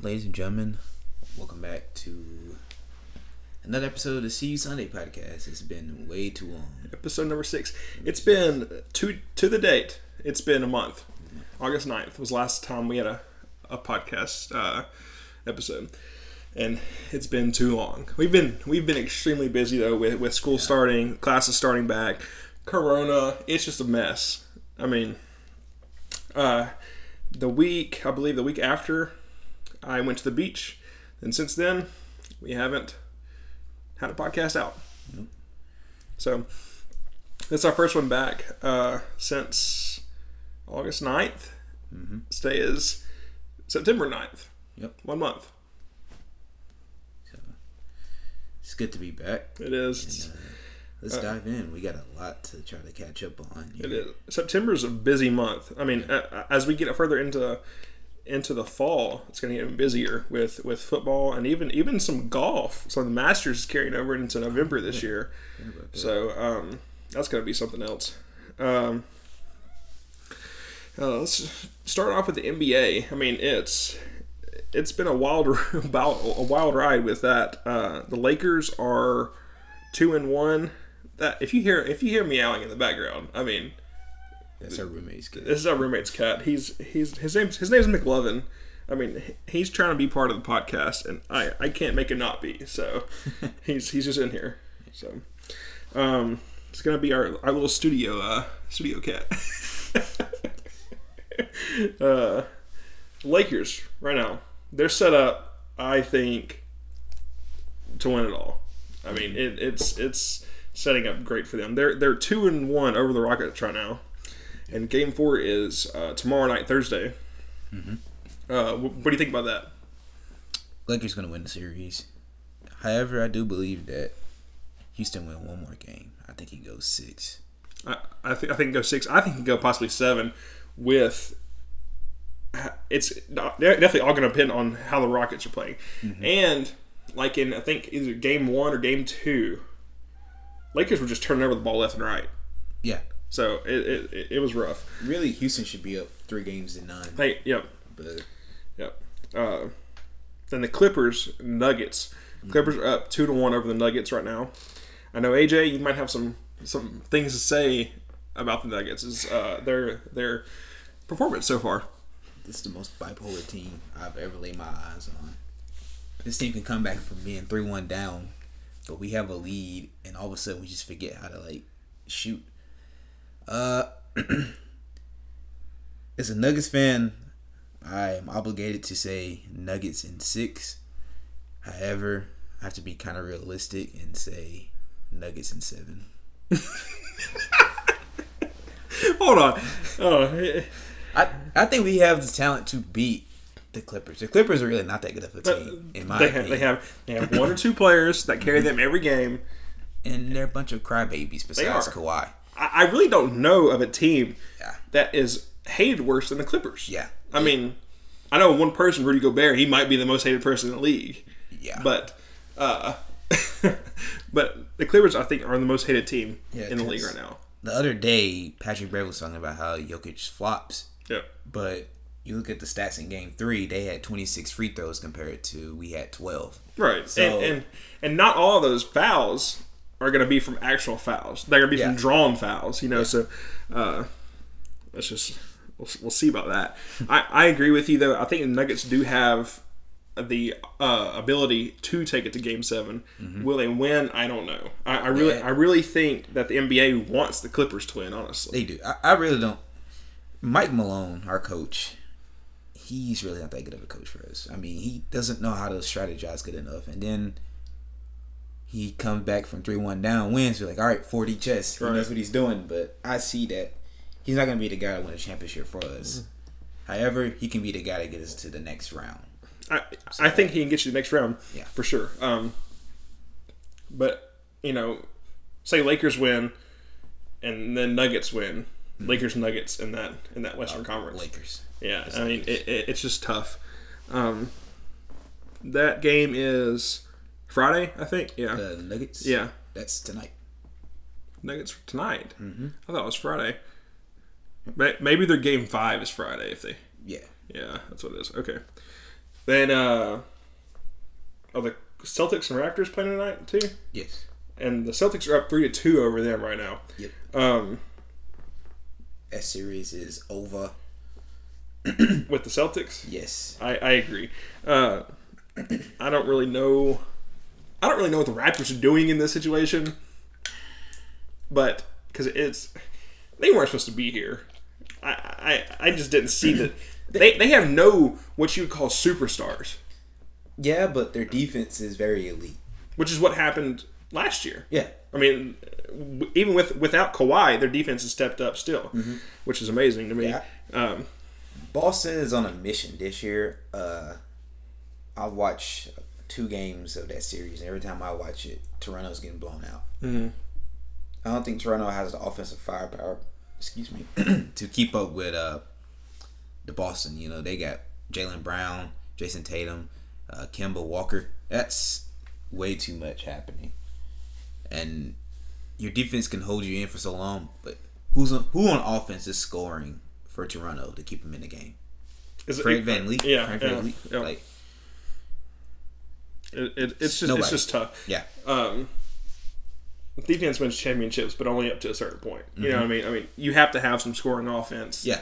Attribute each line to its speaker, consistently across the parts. Speaker 1: ladies and gentlemen, welcome back to another episode of the See You Sunday podcast. It's been way too long.
Speaker 2: episode number six. It's been to to the date. It's been a month. August 9th was last time we had a a podcast uh, episode, and it's been too long. We've been we've been extremely busy though with with school starting, classes starting back, Corona. It's just a mess. I mean, uh, the week I believe the week after I went to the beach, and since then we haven't had a podcast out. So it's our first one back uh, since August 9th. Today is September 9th.
Speaker 1: Yep.
Speaker 2: One month.
Speaker 1: So it's good to be back.
Speaker 2: It is.
Speaker 1: And, uh, let's dive in. We got a lot to try to catch up on.
Speaker 2: It is. September's a busy month. I mean, a- a- as we get further into into the fall, it's going to get even busier with with football and even even some golf. So the Masters is carrying over into November this year.
Speaker 1: about that.
Speaker 2: So um, that's going to be something else. Um, uh, let's start off with the NBA. I mean, it's it's been a wild about a wild ride with that. Uh, the Lakers are two and one. That if you hear if you hear meowing in the background, I mean,
Speaker 1: That's our roommate's kid.
Speaker 2: this is our roommate's cat. He's he's his name's his name's McLovin. I mean, he- he's trying to be part of the podcast, and I I can't make him not be. So he's he's just in here. So um, it's gonna be our our little studio uh studio cat. uh, Lakers right now they're set up. I think to win it all. I mean, it, it's it's setting up great for them. They're they're two and one over the Rockets right now, and Game Four is uh, tomorrow night, Thursday. Uh, wh- what do you think about that?
Speaker 1: Lakers gonna win the series. However, I do believe that Houston win one more game. I think he goes six.
Speaker 2: I I, th- I think go six. I think it can go possibly seven. With it's not- they're definitely all going to depend on how the Rockets are playing, and like in I think either Game One or Game Two, Lakers were just turning over the ball left and right.
Speaker 1: Yeah.
Speaker 2: So it it, it- it was rough.
Speaker 1: Really, Houston should be up three games to nine.
Speaker 2: Hey, yep.
Speaker 1: But
Speaker 2: Yep. Uh, then the Clippers, Nuggets.
Speaker 1: Mm-hmm.
Speaker 2: Clippers are up two to one over the Nuggets right now. I know AJ, you might have some some things to say about the Nuggets. Is uh, their their performance so far?
Speaker 1: This is the most bipolar team I've ever laid my eyes on. This team can come back from being three one down, but we have a lead, and all of a sudden we just forget how to like shoot. Uh, as a Nuggets fan, I am obligated to say Nuggets in six. However, I have to be kind of realistic and say Nuggets in seven.
Speaker 2: Hold on. Oh,
Speaker 1: I I think we have the talent to beat the Clippers. The Clippers are really not that good of a team, in my
Speaker 2: they
Speaker 1: opinion.
Speaker 2: have, they have they have one or two players that carry
Speaker 1: Mm-hmm.
Speaker 2: them every game.
Speaker 1: and they're a bunch of crybabies besides
Speaker 2: are.
Speaker 1: Kawhi.
Speaker 2: I, I really don't know of a team
Speaker 1: Yeah.
Speaker 2: that is hated worse than the Clippers.
Speaker 1: Yeah.
Speaker 2: I mean, I know one person, Rudy Gobert. He might be the most hated person in the league.
Speaker 1: Yeah.
Speaker 2: But, uh, but the Clippers, I think, are the most hated team
Speaker 1: Yeah,
Speaker 2: in the league right
Speaker 1: because-
Speaker 2: now.
Speaker 1: The other day, Patrick Bray was talking about how Jokic flops,
Speaker 2: Yeah.
Speaker 1: but you look at the stats in game three, they had 26 free throws compared to we had 12.
Speaker 2: Right.
Speaker 1: So-
Speaker 2: and, and and not all of those fouls are going to be from actual fouls. They're going to be
Speaker 1: Yeah.
Speaker 2: from drawn fouls. You know. So, uh, let's just we'll, we'll see about that. I I agree with you though. I think the Nuggets do have the uh, ability to take it to Game 7
Speaker 1: Mm-hmm.
Speaker 2: Will they win? I don't know. I, I really I really think that the NBA wants the Clippers to win. Honestly.
Speaker 1: They do. I, I really don't. Mike Malone, our coach, he's really not that good of a coach for us. I mean, he doesn't know how to strategize good enough. And then he comes back from 3 1 down, wins. We're like, all right, 40 chess. He knows
Speaker 2: Right.
Speaker 1: what he's doing. But I see that he's not going to be the guy to win a championship for us.
Speaker 2: Mm-hmm.
Speaker 1: However, he can be the guy to get us to the next round.
Speaker 2: I, I think he can get you the next round
Speaker 1: Yeah.
Speaker 2: for sure. Um, but you know, say Lakers win, and then Nuggets win, Lakers Nuggets in that in that Western Conference.
Speaker 1: Hmm. Uh, Lakers.
Speaker 2: Yeah, I mean it, it, it's just tough. Um, that game is Friday, I think. Yeah,
Speaker 1: The Nuggets?
Speaker 2: yeah,
Speaker 1: That's tonight.
Speaker 2: Nuggets for tonight. Mm-hmm. I thought it was Friday. May- Maybe their game five is Friday if they
Speaker 1: Yeah.
Speaker 2: Yeah, that's what it is. Okay. Then uh, are the Celtics and Raptors playing tonight too?
Speaker 1: Yes.
Speaker 2: And the Celtics are up three to two over them right now.
Speaker 1: Yep.
Speaker 2: Um,
Speaker 1: That series is over.
Speaker 2: with the Celtics,
Speaker 1: Yes.
Speaker 2: I, I agree. Uh, I don't really know. I don't really know what the Raptors are doing in this situation, but because it's they weren't supposed to be here. I I, I just didn't see that they they have no what you would call superstars,
Speaker 1: Yeah, but their defense is very elite.
Speaker 2: which is what happened last year.
Speaker 1: Yeah.
Speaker 2: I mean, w- even with without Kawhi, their defense has stepped up still, which is amazing to me.
Speaker 1: Mm-hmm. Yeah.
Speaker 2: Um,
Speaker 1: Boston is on a mission this year. Uh, I watch two games of that series, and every time I watch it, Toronto's getting blown out. Mm-hmm. I don't think Toronto has the offensive firepower, excuse me, to keep up with uh, the Boston. You know, they got Jalen Brown, Jason Tatum, uh, Kemba Walker. That's way too much happening, and your defense can hold you in for so long, but who's on, who on offense is scoring for Toronto to keep them in the game?
Speaker 2: is it-
Speaker 1: Frank Van Lee,
Speaker 2: Yeah,
Speaker 1: Frank
Speaker 2: yeah,
Speaker 1: Van Lee,
Speaker 2: yeah.
Speaker 1: like
Speaker 2: It, it, it's just
Speaker 1: Nobody.
Speaker 2: it's just tough.
Speaker 1: yeah,
Speaker 2: um, defense wins championships, but only up to a certain point. You
Speaker 1: Mm-hmm.
Speaker 2: know what I mean? I mean, you have to have some scoring offense.
Speaker 1: yeah.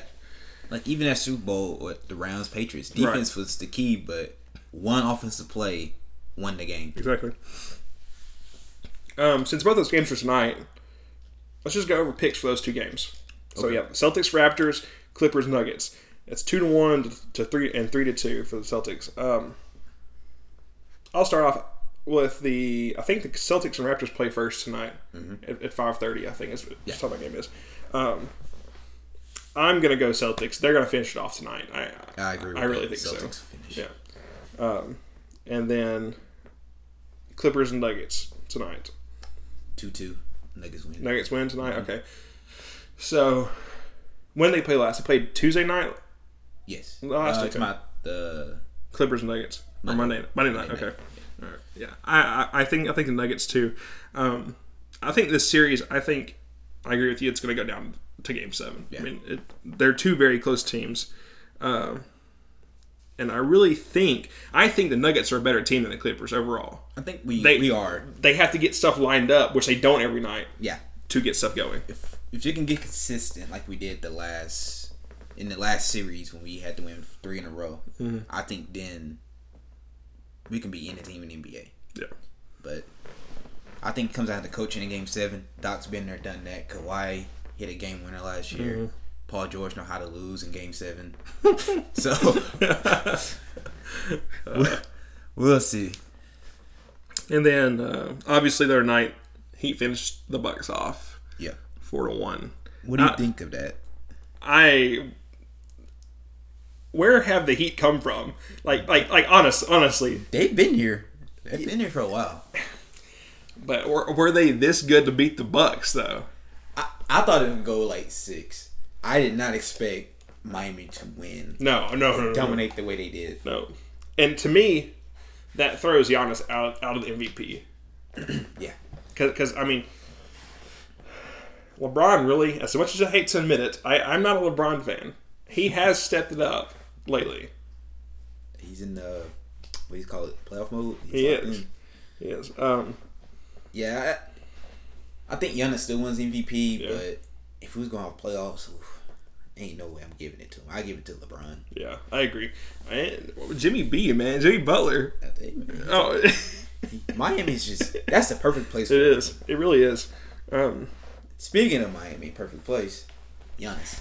Speaker 1: Like even at Super Bowl with the Rams Patriots, defense was the key, but one offensive play won the game.
Speaker 2: exactly. Um, since both those games are tonight, let's just go over picks for those two games. So yeah, Celtics, Raptors, Clippers, Nuggets. It's two to one to- to three and three to two for the Celtics. Um, I'll start off with the. I think the Celtics and Raptors play first tonight at, at five thirty. I think is what yeah. my game is. Um, I'm gonna go Celtics. They're gonna finish it off tonight. I
Speaker 1: I agree. With
Speaker 2: I really
Speaker 1: that.
Speaker 2: think so.
Speaker 1: Celtics Finish.
Speaker 2: Yeah. Um, and then Clippers and Nuggets tonight.
Speaker 1: Two two, Nuggets win.
Speaker 2: Nuggets win tonight. Okay. So when they play last, they played Tuesday night.
Speaker 1: Yes.
Speaker 2: Last
Speaker 1: uh,
Speaker 2: okay.
Speaker 1: it's about the
Speaker 2: Clippers and Nuggets or
Speaker 1: Monday.
Speaker 2: Monday Monday night.
Speaker 1: Monday
Speaker 2: Okay. All right. Yeah. I, I I think I think the Nuggets too. Um, I think this series. I think I agree with you. It's going to go down to Game Seven. I
Speaker 1: Yeah.
Speaker 2: mean, it, they're two very close teams. Um, and I really think I think the Nuggets are a better team than the Clippers overall.
Speaker 1: I think we
Speaker 2: They-
Speaker 1: we are.
Speaker 2: they have to get stuff lined up, which they don't every night
Speaker 1: Yeah.
Speaker 2: to get stuff going.
Speaker 1: If if you can get consistent like we did the last in the last series when we had to win three in a row, I think then we can be any team in the NBA.
Speaker 2: Yeah.
Speaker 1: But I think it comes down to coaching in game seven. Doc's been there, done that. Kawhi hit a game winner last year. Paul George know how to lose in game seven. so we'll, we'll see.
Speaker 2: And then uh, obviously their night, he finished the Bucks off
Speaker 1: Yeah.
Speaker 2: four to one.
Speaker 1: What do you
Speaker 2: Uh,
Speaker 1: think of that?
Speaker 2: I where have the Heat come from? Like like like honest honestly,
Speaker 1: They've been here. They've been here for a while.
Speaker 2: but were, were they this good to beat the Bucks though?
Speaker 1: I, I thought it would go like six. I did not expect Miami to win,
Speaker 2: No, no, no, no, no,
Speaker 1: dominate the way they did.
Speaker 2: no. And to me, that throws Giannis out out of the MVP.
Speaker 1: Yeah.
Speaker 2: because I mean, LeBron really, as much as I hate to admit it, I, I'm not a LeBron fan. He has stepped it up lately.
Speaker 1: He's in the, what do you call it, playoff mode? He's
Speaker 2: He
Speaker 1: locked in.
Speaker 2: is. He is. Um,
Speaker 1: Yeah, I, I think Giannis still wins MVP,
Speaker 2: Yeah.
Speaker 1: but if we was going to playoffs, oof, ain't no way I'm giving it to him. I give it to LeBron.
Speaker 2: yeah, I agree. And Jimmy B, man, Jimmy Butler.
Speaker 1: I think, man,
Speaker 2: Oh, it
Speaker 1: Miami's just that's the perfect place. For him.
Speaker 2: is. It really is. Um,
Speaker 1: Speaking of Miami, perfect place. Giannis,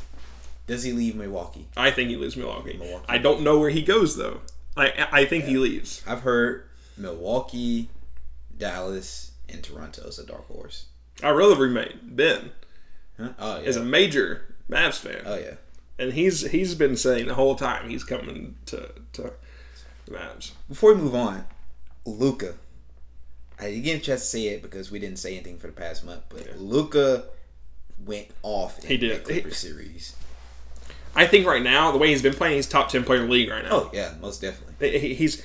Speaker 1: does he leave Milwaukee?
Speaker 2: I think he leaves Milwaukee.
Speaker 1: Milwaukee.
Speaker 2: I don't know where he goes though. I I think he leaves.
Speaker 1: I've heard Milwaukee, Dallas, and Toronto is a dark horse.
Speaker 2: Our other roommate Ben
Speaker 1: Huh? Oh yeah.
Speaker 2: is a major Mavs fan.
Speaker 1: oh yeah.
Speaker 2: and he's he's been saying the whole time he's coming to to the Mavs.
Speaker 1: Before we move on, Luca. I didn't get a chance to say it because we didn't say anything for the past month, but Luca went off in
Speaker 2: He did.
Speaker 1: the Clipper series.
Speaker 2: I think right now the way he's been playing, he's top ten player in the league right now.
Speaker 1: Oh yeah, most definitely.
Speaker 2: He- he- He's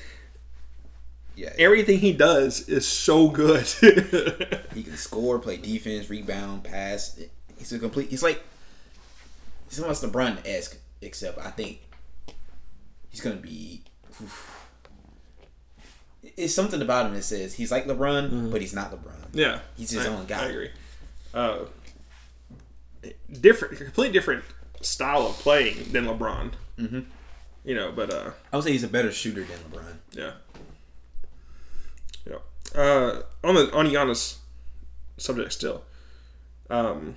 Speaker 1: Yeah,
Speaker 2: everything he does is so good.
Speaker 1: he can score, play defense, rebound, pass. He's a complete. He's like he's almost LeBron esque, except I think he's gonna be oof, it's something about him that says he's like LeBron, but he's not LeBron.
Speaker 2: Yeah,
Speaker 1: He's his
Speaker 2: I-
Speaker 1: own guy.
Speaker 2: I agree. Uh, different, completely different style of playing than LeBron. Mm-hmm. You know, but uh,
Speaker 1: I would say he's a better shooter than LeBron.
Speaker 2: yeah, yeah. Uh, on the on Giannis subject still. Um,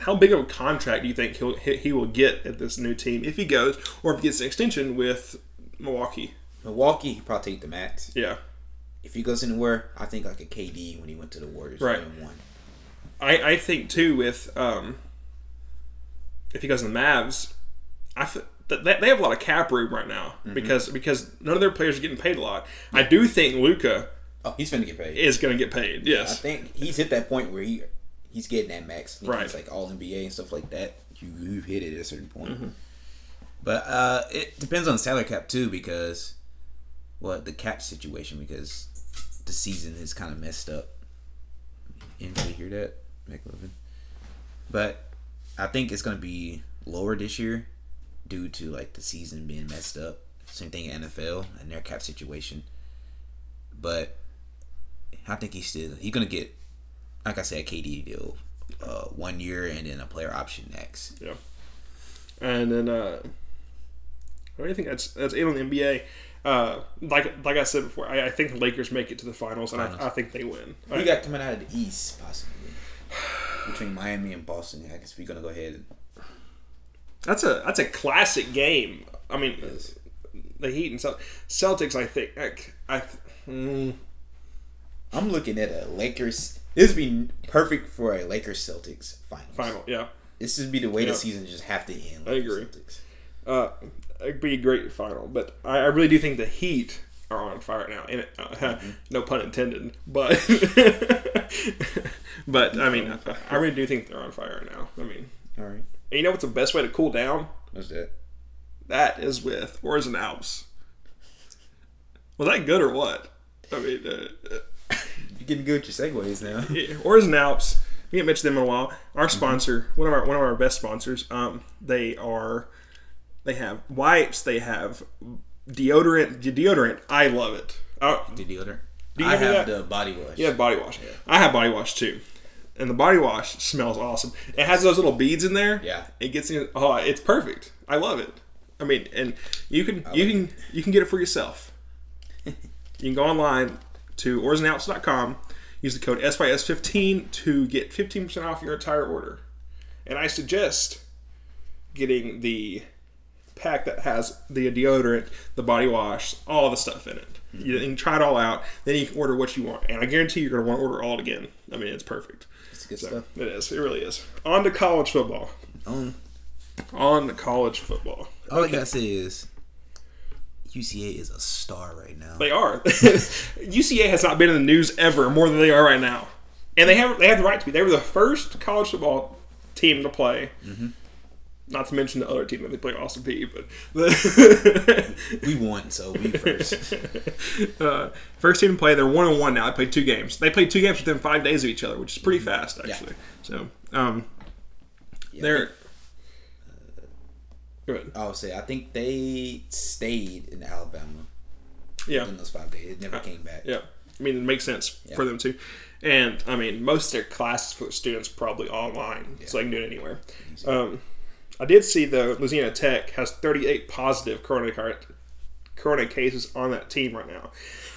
Speaker 2: how big of a contract do you think he'll he, he will get at this new team if he goes, or if he gets an extension with Milwaukee?
Speaker 1: Milwaukee, he probably take the max.
Speaker 2: Yeah,
Speaker 1: If he goes anywhere, I think like a KD when he went to the Warriors,
Speaker 2: Right.
Speaker 1: and One.
Speaker 2: I, I think too with um, if he goes to the Mavs, I f- th- they they have a lot of cap room right now because because none of their players are getting paid a lot. I do think Luca
Speaker 1: Oh, he's finna get paid.
Speaker 2: is going to get paid.
Speaker 1: I
Speaker 2: Yes,
Speaker 1: think he's hit that point where he he's getting that max. You know,
Speaker 2: Right.
Speaker 1: It's like all NBA and stuff like that. You you hit it at a certain point. But uh, it depends on the salary cap too, because well, the cap situation because the season is kind of messed up. Anybody hear that, McLovin? But I think it's gonna be lower this year due to like the season being messed up. Same thing in NFL and their cap situation. But I think he's still he's gonna get, like I said, a KD deal, uh, one year and then a player option next.
Speaker 2: yeah. And then uh, I really think that's that's it on the NBA. Uh, like like I said before, I, I think the Lakers make it to the finals, and I, I think they win.
Speaker 1: Who
Speaker 2: I-
Speaker 1: you got coming out of the East possibly between Miami and Boston? I guess we're gonna go ahead. And,
Speaker 2: That's a that's a classic game. I mean, the Heat and Celt- Celtics. I think I, I mm,
Speaker 1: I'm looking at a Lakers. This would be perfect for a Lakers Celtics finals.
Speaker 2: final. Yeah,
Speaker 1: This would be the way
Speaker 2: Yeah.
Speaker 1: the season just have to end.
Speaker 2: I agree.
Speaker 1: Celtics.
Speaker 2: uh, it'd be a great final. But I, I really do think the Heat are on fire now. And uh, no pun intended. But but I mean, I, I really do think they're on fire now. I mean,
Speaker 1: All right.
Speaker 2: and you know what's the best way to cool down?
Speaker 1: What's that?
Speaker 2: That is with Wars and Alps. Was that good or what? I mean. Uh,
Speaker 1: You're getting good with your segues now.
Speaker 2: Oars and Alps. We haven't mentioned them in a while. Our sponsor, one of our one of our best sponsors. Um, they are, they have wipes. They have deodorant. Deodorant. I love it. I,
Speaker 1: The deodorant.
Speaker 2: you
Speaker 1: I
Speaker 2: ever
Speaker 1: have
Speaker 2: got-
Speaker 1: the body wash.
Speaker 2: you have body wash. I have body wash too, and the body wash smells awesome. It has those little beads in there.
Speaker 1: Yeah.
Speaker 2: It gets in. Oh, it's perfect. I love it. I mean, and you can you can you can get it for yourself. you can go online to oarsandalps.com, use the code SYS15 to get 15% off your entire order. And I suggest getting the pack that has the deodorant, the body wash, all the stuff in it. You can try it all out. Then you can order what you want. And I guarantee you're going to want to order all again. I mean, it's perfect.
Speaker 1: That's good stuff.
Speaker 2: It is. It really is. On to college football.
Speaker 1: Um,
Speaker 2: On to college football.
Speaker 1: all I gotta say is UCA is a star right now.
Speaker 2: They are. UCA has not been in the news ever more than they are right now, and they have they have the right to be. They were the first college football team to play. Not to mention the other team that they play, Austin P. But the
Speaker 1: We won, so we first.
Speaker 2: uh, first team to play, they're one and one now. They played two games. They played two games within five days of each other, which is pretty fast actually. So um, they're. Good.
Speaker 1: I would say I think they stayed in Alabama
Speaker 2: Yeah.
Speaker 1: in those five days. It never came back.
Speaker 2: Uh, Yeah. I mean, it makes sense for them too. And I mean, most of their classes for students probably online, so they can do it anywhere. Um, I did see though, Louisiana Tech has 38 positive corona, car- corona cases on that team right now.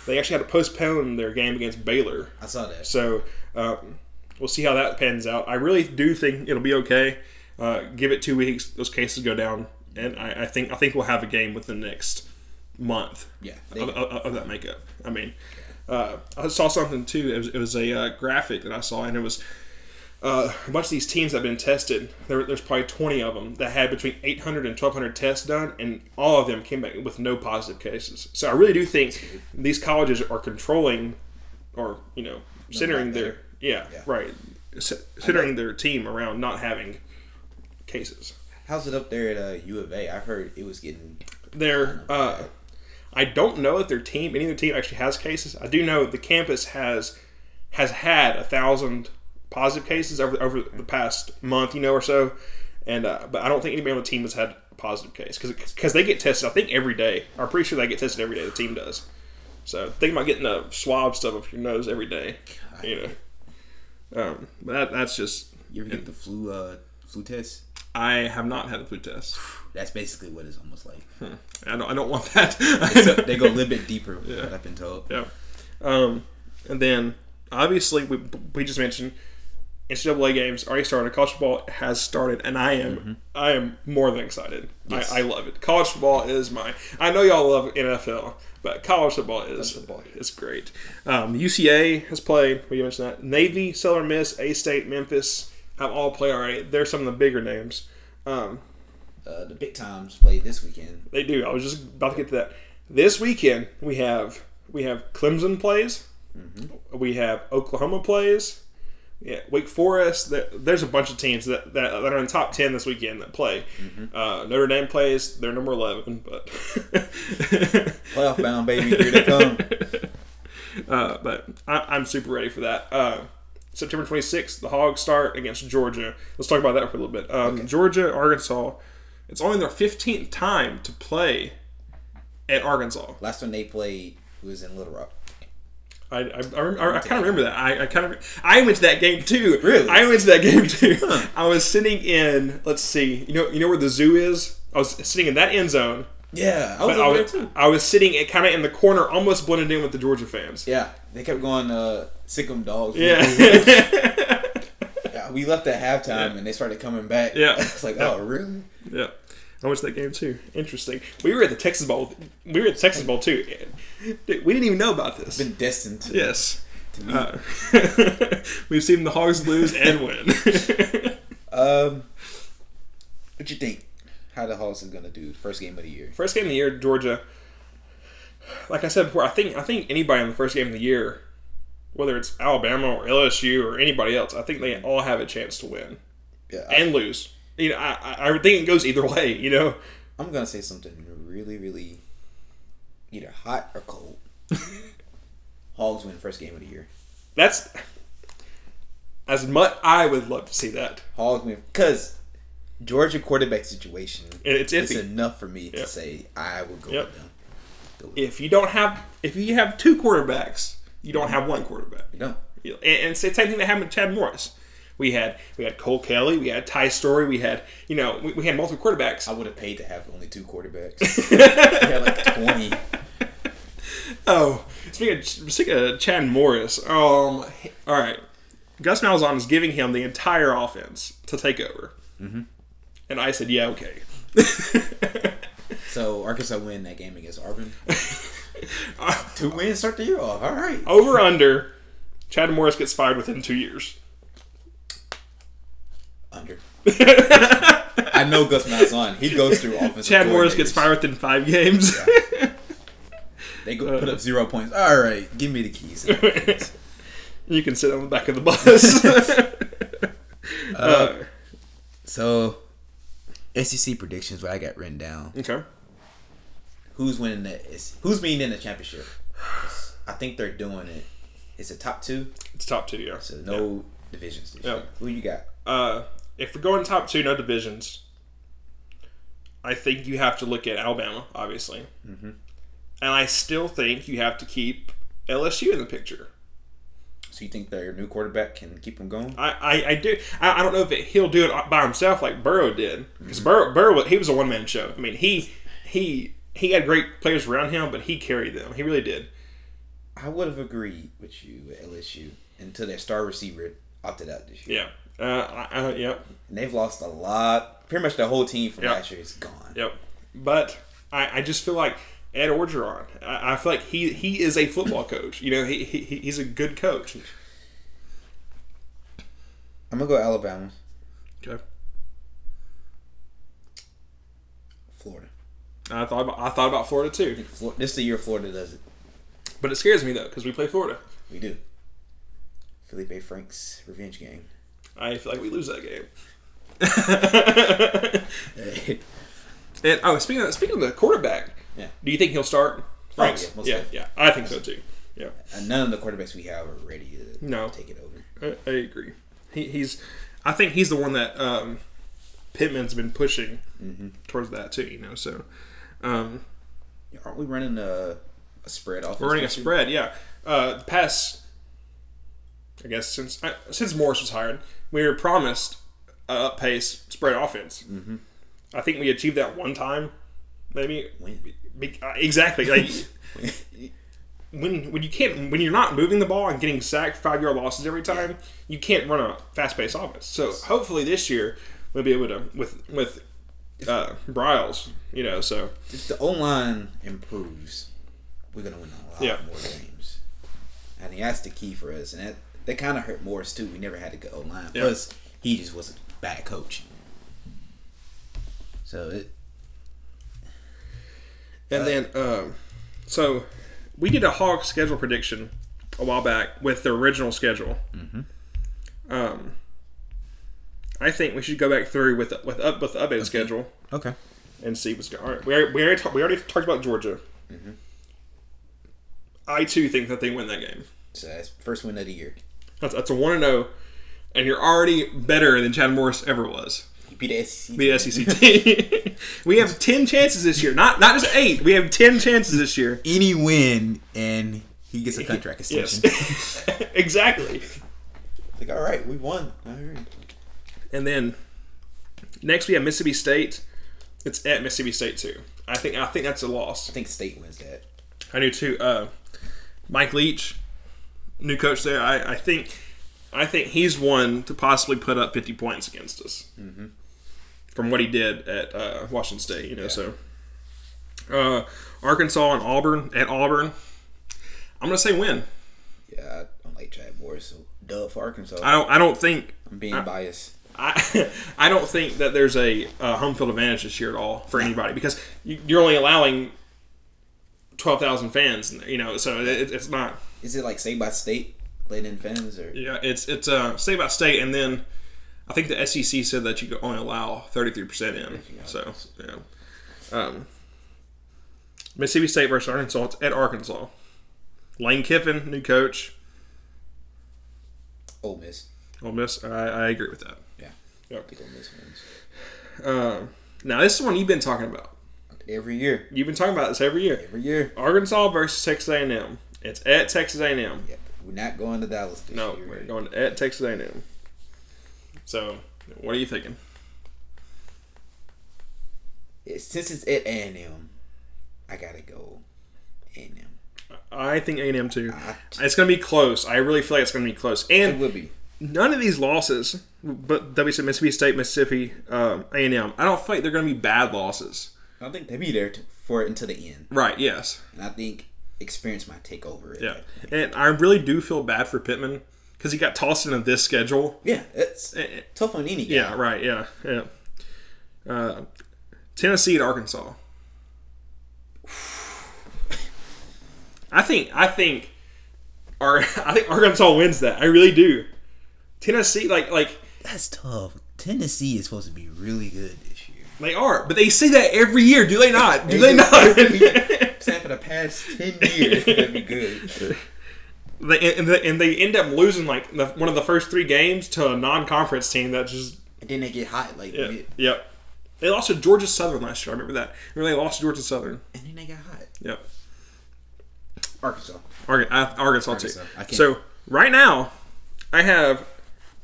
Speaker 2: They actually had to postpone their game against Baylor.
Speaker 1: I saw that.
Speaker 2: So um, we'll see how that pans out. I really do think it'll be okay. Uh, give it two weeks; those cases go down, and I, I think I think we'll have a game within the next month
Speaker 1: Yeah, they-
Speaker 2: of, of, of that makeup. I mean, uh, I saw something too. It was, it was a uh, graphic that I saw, and it was uh, a bunch of these teams that have been tested. There, there's probably 20 of them that had between 800 and 1,200 tests done, and all of them came back with no positive cases. So I really do think these colleges are controlling, or you know, centering their yeah,
Speaker 1: Yeah.
Speaker 2: right, c- centering their team around not having cases.
Speaker 1: How's it up there at uh, U of A? I've heard it was getting.
Speaker 2: They're. Uh, I don't know if their team, any of their team, actually has cases. I do know the campus has has had a thousand positive cases over over the past month, you know, or so. And uh, but I don't think anybody on the team has had a positive case because they get tested. I think every day. I'm pretty sure they get tested every day. The team does. So think about getting a swab stuff up your nose every day. You know, um, but that, that's just.
Speaker 1: You ever get the flu uh, flu test?
Speaker 2: I have not had a flu test.
Speaker 1: That's basically what it's almost like.
Speaker 2: I don't. I don't want that.
Speaker 1: Except they go a little bit deeper.
Speaker 2: Yeah.
Speaker 1: What I've been told.
Speaker 2: Yeah. Um, and then obviously we, we just mentioned NCAA games already started. College football has started, and I am I am more than excited.
Speaker 1: Mm-hmm. Yes.
Speaker 2: I, I love it. College football is my. I know y'all love NFL, but college football is
Speaker 1: football.
Speaker 2: is great. Um, UCA has played. We mentioned that Navy, Southern Miss, A State, Memphis have all played already. They're some of the bigger names. Um,
Speaker 1: Uh, the big times played this weekend.
Speaker 2: they do. I was just about to get to that. This weekend we have we have Clemson plays, we have Oklahoma plays, yeah, Wake Forest. There- There's a bunch of teams that, that, that are in the top ten this weekend that play. Uh, Notre Dame plays. They're number eleven, but
Speaker 1: Playoff bound baby, here they come.
Speaker 2: uh, but I, I'm super ready for that. Uh, September 26th, the Hogs start against Georgia. Let's talk about that for a little bit. Um, Georgia, Arkansas. It's only their 15th time to play at Arkansas.
Speaker 1: Last time they played was in Little Rock.
Speaker 2: I, I, I, rem- I, I kind of remember that. I, I kind of I went to that game too.
Speaker 1: Really?
Speaker 2: I went to that game too. I was sitting in. Let's see. You know you know where the zoo is. I was sitting in that end zone.
Speaker 1: Yeah, I was
Speaker 2: But I
Speaker 1: over there
Speaker 2: was,
Speaker 1: too.
Speaker 2: I was sitting kind of in the corner, almost blended in with the Georgia fans.
Speaker 1: Yeah, they kept going uh, sick 'em dogs.
Speaker 2: Yeah.
Speaker 1: Yeah, we left at halftime and they started coming back.
Speaker 2: Yeah.
Speaker 1: it's like, oh really?
Speaker 2: Yeah. I watched that game too. Interesting. We were at the Texas Bowl. We were at the Texas Bowl too. Dude, we didn't even know about this.
Speaker 1: Been destined to,
Speaker 2: Yes.
Speaker 1: to be.
Speaker 2: Uh, we've seen the Hogs lose and win.
Speaker 1: Um, what you think? How the Hawks is gonna do first game of the year?
Speaker 2: first game of the year, Georgia. Like I said before, I think I think anybody in the first game of the year, whether it's Alabama or LSU or anybody else, I think they all have a chance to win
Speaker 1: Yeah, I,
Speaker 2: and lose. You know, I, I I think it goes either way. You know,
Speaker 1: I'm gonna say something really, really either hot or cold. Hogs win first game of the year.
Speaker 2: that's as much I would love to see that.
Speaker 1: Hogs win because Georgia quarterback situation
Speaker 2: It's iffy.
Speaker 1: is enough for me to
Speaker 2: Yeah.
Speaker 1: say I would go
Speaker 2: Yep.
Speaker 1: with them.
Speaker 2: if you don't have if you have two quarterbacks, you don't have one quarterback.
Speaker 1: No,
Speaker 2: You know, And, and it's the same thing that happened with Chad Morris. We had we had Cole Kelly, we had Ty Story, we had you know we, we had multiple quarterbacks.
Speaker 1: I would have paid to have only two quarterbacks. we had like 20.
Speaker 2: Oh, speaking of, speaking of Chad Morris, um, all right, Gus Malzahn is giving him the entire offense to take over, mm-hmm. and I said, yeah, okay.
Speaker 1: So Arkansas win that game against Auburn. two wins start the year off. All right.
Speaker 2: Over under, Chad Morris gets fired within two years.
Speaker 1: Under. I know Gus Malzahn. He goes through offensive.
Speaker 2: Chad Morris gets
Speaker 1: coordinators.
Speaker 2: fired within five games.
Speaker 1: They go, put up zero points. All right, give me the keys.
Speaker 2: You can sit on the back of the bus. Uh,
Speaker 1: so, SEC predictions. What I got written down.
Speaker 2: okay.
Speaker 1: Who's winning the? Is, who's being in the championship? I think they're doing it. It's a top two,
Speaker 2: It's top two, yeah.
Speaker 1: so no divisions. This year.
Speaker 2: Yeah.
Speaker 1: Who you got?
Speaker 2: Uh, if we're going top two, no divisions, I think you have to look at Alabama, obviously. Mm-hmm. And I still think you have to keep LSU in the picture.
Speaker 1: So you think their new quarterback can keep them going?
Speaker 2: I, I, I do. I, I don't know if it, he'll do it by himself like Burrow did, because Burrow, Burrow he was a one man show. I mean, he he he had great players around him, but he carried them. He really did.
Speaker 1: I would have agreed with you with LSU until their star receiver opted out this year.
Speaker 2: Yeah. Uh, I, I, yep.
Speaker 1: And they've lost a lot. Pretty much the whole team from
Speaker 2: Yeah.
Speaker 1: last year is gone.
Speaker 2: Yep. But I, I just feel like Ed Orgeron. I, I feel like he he is a football coach. You know, he, he he- he's a good coach.
Speaker 1: I'm going to go Alabama,
Speaker 2: Okay.
Speaker 1: Florida.
Speaker 2: I thought about, I thought about Florida too,
Speaker 1: Flor- this is the year Florida does it.
Speaker 2: but it scares me though because we play Florida.
Speaker 1: We do. Felipe Frank's revenge game.
Speaker 2: I feel like we lose that game. and oh, speaking of, speaking of the quarterback,
Speaker 1: Yeah. Oh,
Speaker 2: do you think he'll start? Franks?
Speaker 1: yeah, most
Speaker 2: yeah,
Speaker 1: definitely.
Speaker 2: yeah, I think so too. Yeah,
Speaker 1: and none of the quarterbacks we have are ready to
Speaker 2: No.
Speaker 1: take it over.
Speaker 2: I, I agree. He, he's, I think he's the one that um, Pittman's been
Speaker 1: Mm-hmm.
Speaker 2: pushing towards that too. You know, so um,
Speaker 1: Aren't we running a, a spread off.
Speaker 2: We're running a spread, yeah. Uh, the past, I guess since I, since Morris was hired, we were promised a up pace spread offense. Mm-hmm. I think we achieved that one time, maybe.
Speaker 1: When?
Speaker 2: Be- uh, exactly, like when when you can't when you're not moving the ball and getting sacked five yard losses every time, you can't run a fast paced offense. So hopefully this year we'll be able to with with uh, Bryles, you know. So
Speaker 1: If the O line improves, we're gonna win a lot
Speaker 2: Yeah.
Speaker 1: more games. I think that's the key for us, and that that kind of hurt Morris too. We never had a good O line.
Speaker 2: Yeah.
Speaker 1: Plus, he just was a bad coach. So it
Speaker 2: and then um, so we did a hog schedule prediction a while back with the original schedule. Um, I think we should go back through with with up with the updated schedule.
Speaker 1: okay.
Speaker 2: and see what's going on. We already, we already, talked- we already talked about Georgia. I too think that they win that game.
Speaker 1: So that's first win of the year.
Speaker 2: That's, that's a one and zero, and you're already better than Chad Morris ever was.
Speaker 1: He beat E the SEC.
Speaker 2: The SEC team. we have ten chances this year, not not just eight. We have ten chances this year.
Speaker 1: Any win, and he gets a contract extension.
Speaker 2: Yes, exactly.
Speaker 1: like all right, we won. All right.
Speaker 2: And then next we have Mississippi State. It's at Mississippi State too. I think I think that's a loss.
Speaker 1: I think State wins that.
Speaker 2: I do too. Uh, Mike Leach, new coach there. I, I think, I think he's one to possibly put up fifty points against us from what he did at uh, Washington State. You know, so uh, Arkansas and Auburn at Auburn. I'm gonna say win.
Speaker 1: Yeah, I don't like Chad Morris. So dub for Arkansas.
Speaker 2: I don't. I don't think.
Speaker 1: I'm being biased.
Speaker 2: I, I don't think that there's a, uh home field advantage this year at all for anybody because you, you're only allowing twelve thousand fans. You know, so it, it's not.
Speaker 1: Is it like Saved by State, let in fans, or
Speaker 2: Yeah, it's it's uh, state by state, and then I think the SEC said that you could only allow thirty three percent in. So yeah, um, Mississippi State versus Arkansas it's at Arkansas. Lane Kiffin, new coach,
Speaker 1: Ole Miss?
Speaker 2: Ole Miss. I, I agree with that.
Speaker 1: Yeah, I
Speaker 2: Yep.
Speaker 1: think Ole Miss wins
Speaker 2: Um, now this is one you've been talking about.
Speaker 1: every year.
Speaker 2: You've been talking about this every year.
Speaker 1: Every year.
Speaker 2: Arkansas versus Texas A and M. It's at Texas A and M.
Speaker 1: Yep. We're not going to Dallas this
Speaker 2: No,
Speaker 1: year.
Speaker 2: we're going at Texas A and M. So, what are you thinking?
Speaker 1: It- since it's at A and M, I gotta go A and M.
Speaker 2: I think A and M too.
Speaker 1: I-
Speaker 2: It's going to be close. I really feel like it's going to be close.
Speaker 1: It
Speaker 2: And
Speaker 1: would be.
Speaker 2: none of these losses, but that we said Mississippi State, Mississippi, um, A&M, I don't feel like they're going to be bad losses.
Speaker 1: I don't think they'd be there t- for it until the end,
Speaker 2: Right, yes.
Speaker 1: and I think experience might take over. at
Speaker 2: Yeah.
Speaker 1: that.
Speaker 2: And I really do feel bad for Pittman because he got tossed into this schedule.
Speaker 1: yeah. It's
Speaker 2: Eh, eh,
Speaker 1: tough on any guy.
Speaker 2: Yeah, right, yeah, yeah. Uh, Tennessee at Arkansas. I think I think our I think Arkansas wins that. I really do. Tennessee like like
Speaker 1: That's tough. Tennessee is supposed to be really good this year.
Speaker 2: They are, but they say that every year, do they not? Do
Speaker 1: They
Speaker 2: they
Speaker 1: do.
Speaker 2: not?
Speaker 1: Saying for the past ten years, that'd be good.
Speaker 2: they, and, they, and they end up losing like the, one of the first three games to a non-conference team that just
Speaker 1: And then they get hot like
Speaker 2: yeah,
Speaker 1: mid-
Speaker 2: yep. They lost to Georgia Southern last year. I remember that. Remember they lost to Georgia Southern.
Speaker 1: and then they got hot.
Speaker 2: Yep.
Speaker 1: Arkansas.
Speaker 2: Argan, uh, Arkansas,
Speaker 1: Arkansas. I
Speaker 2: too.
Speaker 1: can't-
Speaker 2: So right now, I have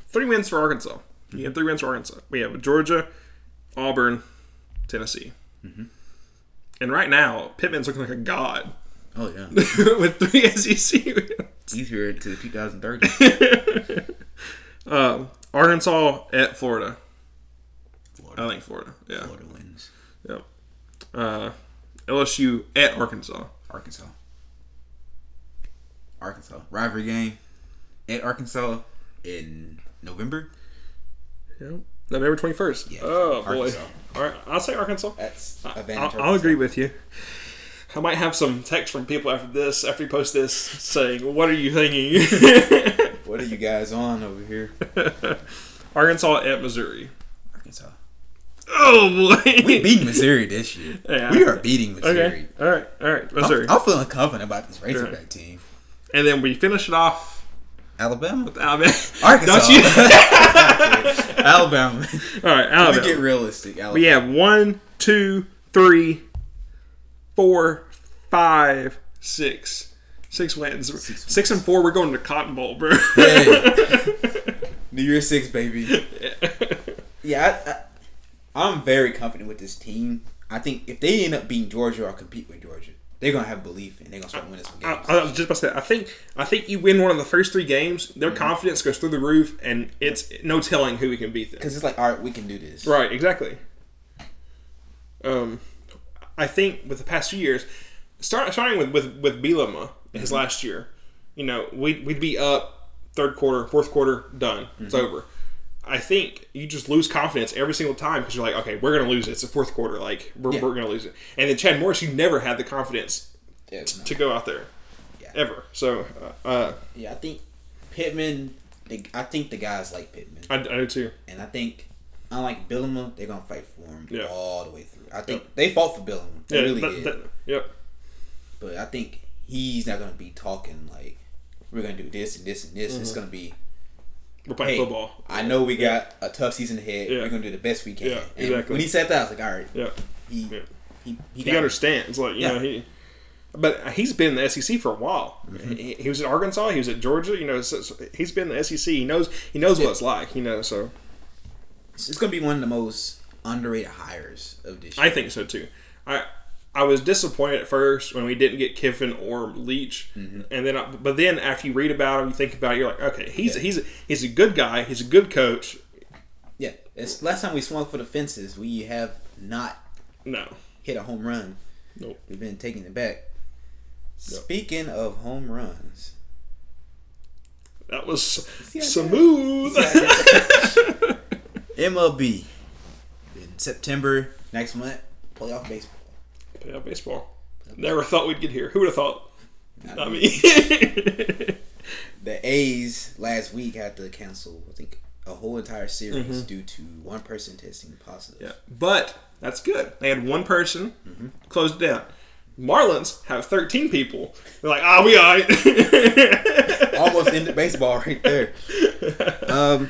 Speaker 2: three wins for Arkansas. You
Speaker 1: Mm-hmm.
Speaker 2: have three wins for Arkansas. We have Georgia, Auburn, Tennessee.
Speaker 1: Mm-hmm.
Speaker 2: And right now, Pittman's looking like a god
Speaker 1: Oh yeah.
Speaker 2: with three SEC wins.
Speaker 1: Easier to 2030.
Speaker 2: Um, Arkansas at Florida.
Speaker 1: Florida,
Speaker 2: I think Florida. Yeah.
Speaker 1: Florida wins.
Speaker 2: Yep. Uh, LSU at Arkansas.
Speaker 1: Arkansas. Arkansas rivalry game at Arkansas in November.
Speaker 2: Yep. November twenty first.
Speaker 1: Yeah.
Speaker 2: Oh boy.
Speaker 1: Arkansas.
Speaker 2: All right. I'll say Arkansas.
Speaker 1: That's
Speaker 2: I'll,
Speaker 1: advantage.
Speaker 2: I'll agree with you. I might have some text from people after this, after you post this, saying, "What are you thinking?"
Speaker 1: What are you guys on over here?
Speaker 2: Arkansas at Missouri.
Speaker 1: Arkansas.
Speaker 2: Oh boy.
Speaker 1: We beating Missouri this year.
Speaker 2: Yeah.
Speaker 1: We are beating Missouri.
Speaker 2: okay. All right. All right. Missouri.
Speaker 1: I'm, I'm feeling confident about this Razorback team.
Speaker 2: And then we finish it off.
Speaker 1: Alabama.
Speaker 2: Alabama.
Speaker 1: Arkansas.
Speaker 2: Don't you?
Speaker 1: Alabama.
Speaker 2: All right.
Speaker 1: We
Speaker 2: Alabama.
Speaker 1: get realistic. Alabama.
Speaker 2: We have one, two, three, four, five, six, six wins. Six, and four. We're going to Cotton Bowl, bro.
Speaker 1: New Year's Six, baby. Yeah, I, I, I'm very confident with this team. I think if they end up beating Georgia or compete with Georgia, they're gonna have belief and they're gonna start winning some
Speaker 2: I,
Speaker 1: games.
Speaker 2: I was just about to say. I think I think you win one of the first three games. Their confidence goes through the roof, and it's no telling who we can beat. Them.
Speaker 1: Because it's like, all right, we can do this.
Speaker 2: Right. Exactly. Um, I think with the past few years, start, starting with with with Bielema his last year, you know, we we'd be up third quarter, fourth quarter, done. It's over. I think you just lose confidence every single time because you're like, okay, we're gonna lose it. It's the fourth quarter, like we're,
Speaker 1: Yeah.
Speaker 2: we're gonna lose it. And then Chad Morris, you never had the confidence
Speaker 1: Yeah, no.
Speaker 2: to go out there
Speaker 1: Yeah.
Speaker 2: ever. So uh, uh,
Speaker 1: yeah, I think Pittman. They, I think the guys like Pittman,
Speaker 2: I, I do too.
Speaker 1: and I think unlike Billima, they're gonna fight for him
Speaker 2: Yeah.
Speaker 1: all the way through. I think they fought for Billima. They really
Speaker 2: that-
Speaker 1: did.
Speaker 2: that- yep.
Speaker 1: But I think he's not gonna be talking like we're gonna do this and this and this.
Speaker 2: Mm-hmm.
Speaker 1: It's gonna be
Speaker 2: We're playing
Speaker 1: hey,
Speaker 2: football.
Speaker 1: I know we got a tough season ahead.
Speaker 2: Yeah.
Speaker 1: We're gonna do the best we can.
Speaker 2: Yeah,
Speaker 1: and
Speaker 2: exactly.
Speaker 1: When he said that, I was like, all right,
Speaker 2: Yep.
Speaker 1: he,
Speaker 2: Yeah.
Speaker 1: he he
Speaker 2: He
Speaker 1: got it.
Speaker 2: understands. Like you
Speaker 1: Yeah.
Speaker 2: know he. But he's been in the SEC for a while.
Speaker 1: Mm-hmm.
Speaker 2: He, he was at Arkansas. He was at Georgia. You know, so, so he's been in the SEC. He knows. He knows what it's like. You know, so
Speaker 1: It's gonna be one of the most underrated hires of this. year.
Speaker 2: I think so too. I I was disappointed at first when we didn't get Kiffin or Leach,
Speaker 1: Mm-hmm.
Speaker 2: and then I, but then after you read about him, you think about it, you're like, okay, he's
Speaker 1: Yeah.
Speaker 2: he's he's a good guy. He's a good coach.
Speaker 1: Yeah, it's last time we swung for the fences, we have not
Speaker 2: No,
Speaker 1: hit a home run.
Speaker 2: Nope.
Speaker 1: We've been taking it back. Speaking of home runs,
Speaker 2: that was
Speaker 1: I
Speaker 2: smooth.
Speaker 1: MLB in September next month, playoff baseball.
Speaker 2: Yeah, baseball. Never thought we'd get here. Who would have thought?
Speaker 1: Not
Speaker 2: Not
Speaker 1: me.
Speaker 2: me.
Speaker 1: The A's last week had to cancel, I think, a whole entire series due to one person testing positive.
Speaker 2: yeah, but that's good. They had one person closed it down. Marlins have 13 people. They're like, ah, we all right.
Speaker 1: Almost ended baseball right there. Um,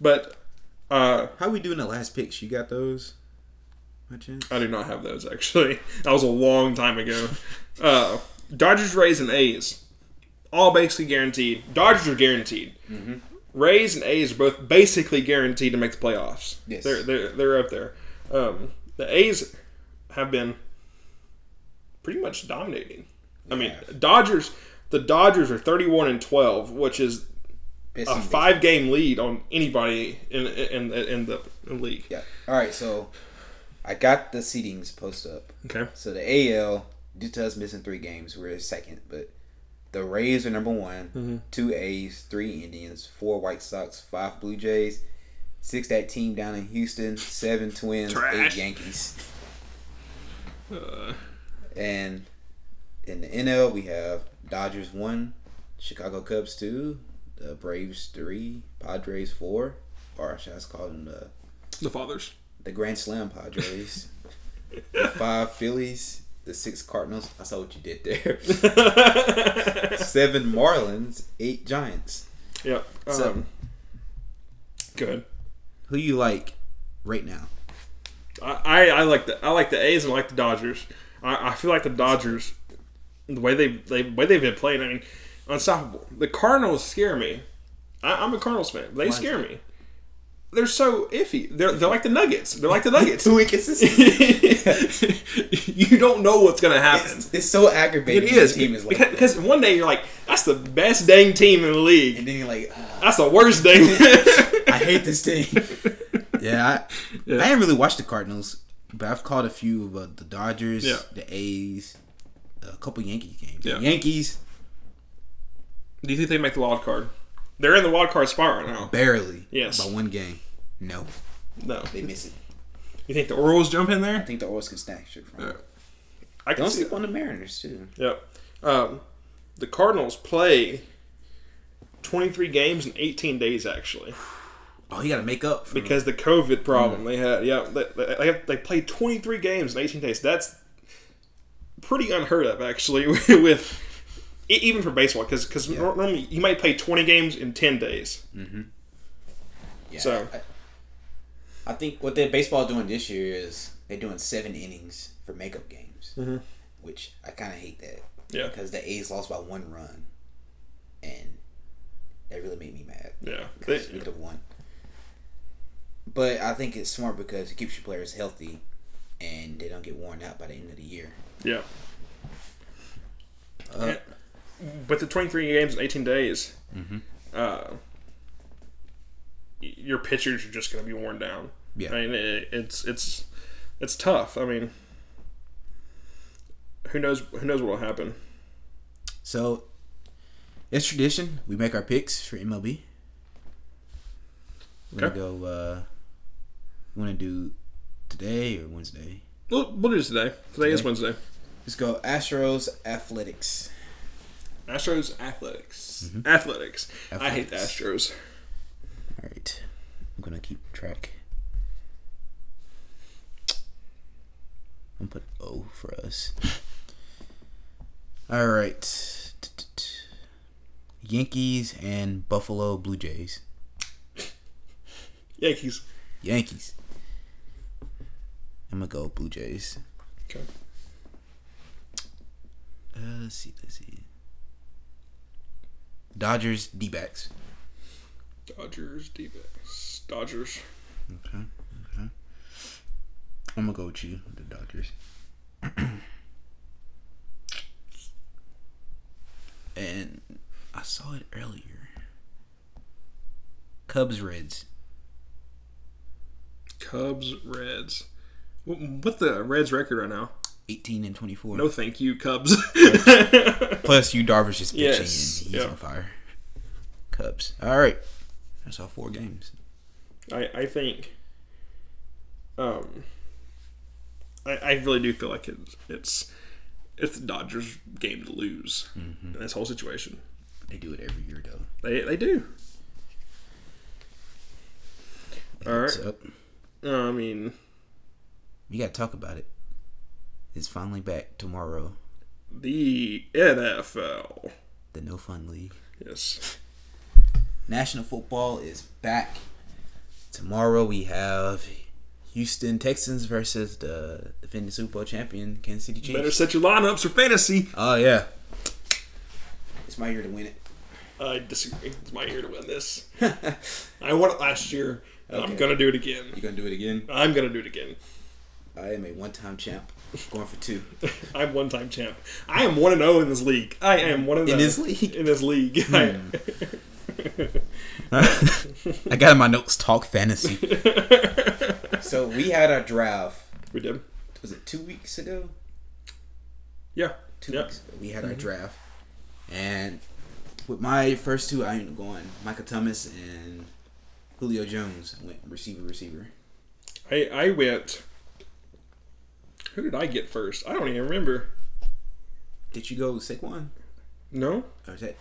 Speaker 2: but uh,
Speaker 1: how we doing the last picks? You got those? My chance?
Speaker 2: I do not have those actually. That was a long time ago. Uh, Dodgers, Rays, and A's, all basically guaranteed. Dodgers are guaranteed.
Speaker 1: Mm-hmm.
Speaker 2: Rays and A's are both basically guaranteed to make the playoffs.
Speaker 1: Yes.
Speaker 2: they're they're, they're up there. Um, the A's have been pretty much dominating. I mean, Dodgers. The Dodgers are thirty-one and twelve, which is
Speaker 1: Best
Speaker 2: a
Speaker 1: in
Speaker 2: five-game lead on anybody in in, in the in the league.
Speaker 1: Yeah. All right. So I got the seedings posted up.
Speaker 2: Okay.
Speaker 1: So the AL, due to us missing three games, we're second. But the Rays are number one,
Speaker 2: Mm-hmm.
Speaker 1: two A's, three Indians, four White Sox, five Blue Jays, six that team down in Houston, seven Twins,
Speaker 2: Trash.
Speaker 1: eight Yankees,
Speaker 2: Uh,
Speaker 1: and in the NL we have Dodgers one, Chicago Cubs two, the Braves three, Padres four, or should I just call them the
Speaker 2: the Fathers.
Speaker 1: the Grand Slam Padres, the five Phillies, the six Cardinals. I saw what you did there. Seven Marlins, eight Giants.
Speaker 2: Yep. Um,
Speaker 1: So-
Speaker 2: good.
Speaker 1: Who you like right now?
Speaker 2: I, I, I like the I like the A's and I like the Dodgers. I, I feel like the Dodgers, the way they they the way they've been playing. I mean, unstoppable. The Cardinals scare me. I, I'm a Cardinals fan. They scare me. They're so iffy. They're they're like the Nuggets. They're like the Nuggets.
Speaker 1: Too inconsistent.
Speaker 2: you don't know what's gonna happen.
Speaker 1: it's, it's so aggravating.
Speaker 2: It is
Speaker 1: The team is like,
Speaker 2: because, because one day you're like, that's the best dang team in the league.
Speaker 1: and then you're like, "Ah,
Speaker 2: That's the worst dang.
Speaker 1: I hate this team. yeah, I, I haven't really watched the Cardinals, but I've caught a few of uh, the Dodgers,
Speaker 2: Yeah.
Speaker 1: the A's, a couple Yankees games.
Speaker 2: Yeah.
Speaker 1: The Yankees
Speaker 2: Do you think they make the wild card? They're in the wild card spot right now.
Speaker 1: barely.
Speaker 2: Yes.
Speaker 1: By one game. No,
Speaker 2: No.
Speaker 1: they miss it.
Speaker 2: You think the Orioles jump in there?
Speaker 1: I think the Orioles can snatch it from.
Speaker 2: Yeah.
Speaker 1: them.
Speaker 2: I can
Speaker 1: Don't
Speaker 2: see.
Speaker 1: sleep on the Mariners too.
Speaker 2: Yep. Um, the Cardinals play 23 games in 18 days actually
Speaker 1: Oh, you got to make up for
Speaker 2: because the COVID problem they had. Yeah, they, they, they have- they played 23 games in 18 days. That's pretty unheard of actually with e- even for baseball because normally you might play 20 games in 10 days.
Speaker 1: Yeah,
Speaker 2: so-
Speaker 1: I, I think what their baseball doing this year is they're doing seven innings for makeup games.
Speaker 3: which I kind of hate that
Speaker 2: Yeah.
Speaker 3: because the A's lost by one run, and that really made me mad.
Speaker 2: Yeah. They,
Speaker 3: because we could have won. But I think it's smart because it keeps your players healthy, and they don't get worn out by the end of the year.
Speaker 2: yeah.
Speaker 1: Uh,
Speaker 2: but the 23 games in 18 days,
Speaker 1: Mm-hmm.
Speaker 2: uh, y- your pitchers are just going to be worn down.
Speaker 1: Yeah.
Speaker 2: I mean, it, it's it's it's tough. I mean, who knows who knows what will happen?
Speaker 1: So it's tradition. We make our picks for MLB. We're gonna
Speaker 2: Okay.
Speaker 1: go. Uh, we want to do today or Wednesday?
Speaker 2: We'll, we'll do this today. Today is
Speaker 1: Today.
Speaker 2: Wednesday.
Speaker 3: Let's go Astros Athletics.
Speaker 2: Astros athletics. athletics. I hate
Speaker 1: Mm-hmm.
Speaker 2: the
Speaker 1: Athletics.
Speaker 2: Astros.
Speaker 1: All right. I'm gonna keep track. I'm gonna put O for us. All right. Yankees and Buffalo Blue Jays.
Speaker 2: Yankees.
Speaker 1: Yankees. I'm gonna go Blue Jays.
Speaker 2: Okay.
Speaker 1: Uh, let's see. Let's see. Dodgers D backs.
Speaker 2: Dodgers. D-backs. Dodgers.
Speaker 1: Okay. Okay. I'm gonna go with you, the Dodgers. and I saw it earlier. Cubs Reds.
Speaker 2: Cubs. Reds. What, what the Reds record right now?
Speaker 1: 18 and 24.
Speaker 2: No, thank you, Cubs.
Speaker 1: Plus, you Darvish is pitching
Speaker 2: Yes,
Speaker 1: and he's
Speaker 2: yep.
Speaker 1: on fire. Cubs. All right. That's all four games.
Speaker 2: I, I think um I, I really do feel like it's it's it's the Dodgers game to lose in this whole situation.
Speaker 1: They do it every year, though.
Speaker 2: They they do. All right.
Speaker 1: So,
Speaker 2: I mean,
Speaker 1: we gotta talk about it. It's finally back tomorrow.
Speaker 2: the NFL.
Speaker 1: The No Fun League.
Speaker 2: Yes.
Speaker 1: National football is back. Tomorrow we have Houston Texans versus the defending Super Bowl champion Kansas City Chiefs.
Speaker 2: Better set your lineups for fantasy.
Speaker 1: oh yeah,
Speaker 3: It's my year to win it.
Speaker 2: I disagree. It's my year to win this. I won it last year, and I'm going to do it again.
Speaker 3: You gonna do it again?
Speaker 2: I'm going to do it again.
Speaker 3: I am a one-time champ, going for two.
Speaker 2: I'm one time champ. I am one and zero in this league. I am one and
Speaker 1: In
Speaker 2: oh
Speaker 1: this league? Hmm.
Speaker 2: In this league.
Speaker 1: I got in my notes. Talk fantasy.
Speaker 3: so we had our drive.
Speaker 2: we did.
Speaker 3: Was it two weeks ago?
Speaker 2: Yeah.
Speaker 3: Two
Speaker 2: yeah.
Speaker 3: weeks. Ago, we had our
Speaker 1: Mm-hmm.
Speaker 3: draft, and with my first two, I ended up going Michael Thomas and Julio Jones. I went receiver, receiver.
Speaker 2: I I went. Who did I get first? I don't even remember.
Speaker 3: Did you go Saquon?
Speaker 2: No.
Speaker 3: Or is that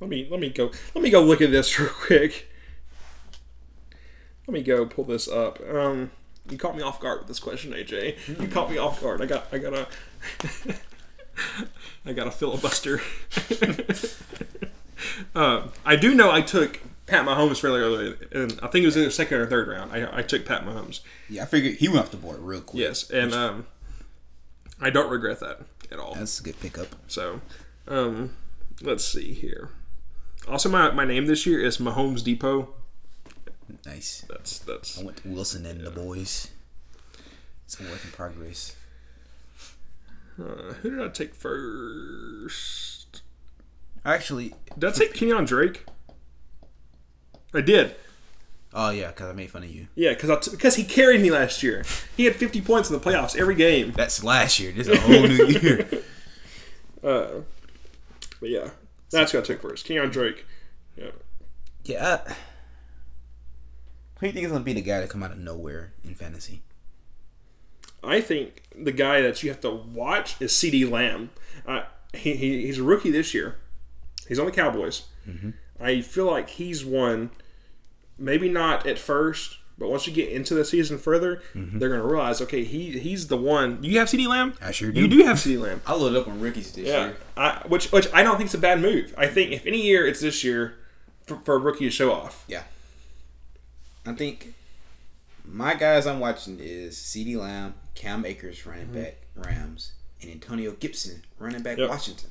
Speaker 2: Let me let me go. Let me go look at this real quick. Let me go pull this up. Um, you caught me off guard with this question, AJ. You caught me off guard. I got I got a I got a filibuster. uh, I do know I took Pat Mahomes fairly early, and I think it was in the second or third round. I, I took Pat Mahomes.
Speaker 1: yeah, I figured he went off the board real quick.
Speaker 2: Yes, and um, I don't regret that at all.
Speaker 1: that's a good pickup.
Speaker 2: So, um, let's see here. Also, my, my name this year is Mahomes Depot.
Speaker 1: Nice.
Speaker 2: That's that's
Speaker 1: I went to Wilson and the boys. It's a work in progress.
Speaker 2: uh, who did I take first?
Speaker 1: Actually,
Speaker 2: Did I take Kenyon Drake? I did.
Speaker 1: oh yeah, because I made fun of you.
Speaker 2: Yeah, because because he carried me last year. He had 50 points in the playoffs every game.
Speaker 1: That's last year. This is a whole new year.
Speaker 2: Uh, but yeah, that's who I took first. Kenyon Drake. Yeah.
Speaker 1: Yeah. I, who do you think is gonna be the guy that come out of nowhere in fantasy?
Speaker 2: I think the guy that you have to watch is C.D. Lamb. Uh, he, he, he's a rookie this year. He's on the Cowboys.
Speaker 1: Mm-hmm.
Speaker 2: I feel like he's one, maybe not at first, but once you get into the season further, they're going to realize, okay, he he's the one. You have C.D. Lamb?
Speaker 1: Mm-hmm. I sure
Speaker 2: You
Speaker 1: do.
Speaker 2: do have C.D. Lamb.
Speaker 3: I loaded up on rookies this
Speaker 2: Yeah.
Speaker 3: year.
Speaker 2: I, which, which I don't think is a bad move. I think if any year, it's this year for, for a rookie to show off.
Speaker 3: Yeah. I think
Speaker 1: My guys I'm watching is C.D. Lamb, Cam Akers, running back Rams, and Antonio Gibson, running back
Speaker 2: Mm-hmm. Yep.
Speaker 1: Washington.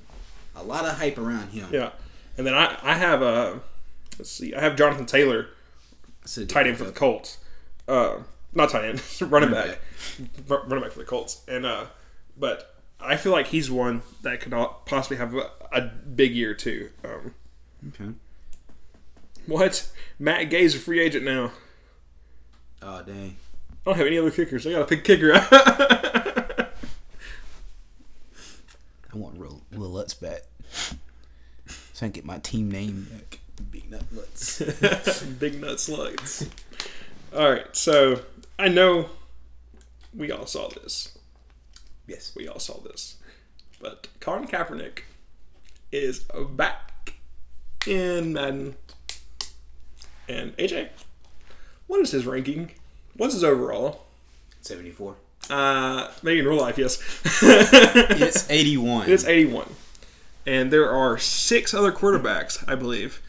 Speaker 1: A lot of hype around him.
Speaker 2: Yeah. And then I, I have uh, let's see, I have Jonathan Taylor,
Speaker 1: So-
Speaker 2: tight end for the Colts. Uh, not tight end, running back, R- running back for the Colts. And uh, but I feel like he's one that could al- possibly have a, a big year too. Um,
Speaker 1: Okay.
Speaker 2: what? Matt Gay's a free agent now.
Speaker 1: Oh dang.
Speaker 2: I don't have any other kickers. I got to pick kicker.
Speaker 4: I want Will, Will Lutz back. So I can get my team name back.
Speaker 1: Big nut Lutz.
Speaker 2: big nut slugs. All right, so I know we all saw this.
Speaker 1: yes.
Speaker 2: we all saw this. But Colin Kaepernick is back in Madden. And AJ, what is his ranking? What's his overall?
Speaker 1: Seventy four.
Speaker 2: Uh, maybe in real life, yes.
Speaker 1: It's eighty one.
Speaker 2: it's 81. And there are six other quarterbacks, I believe,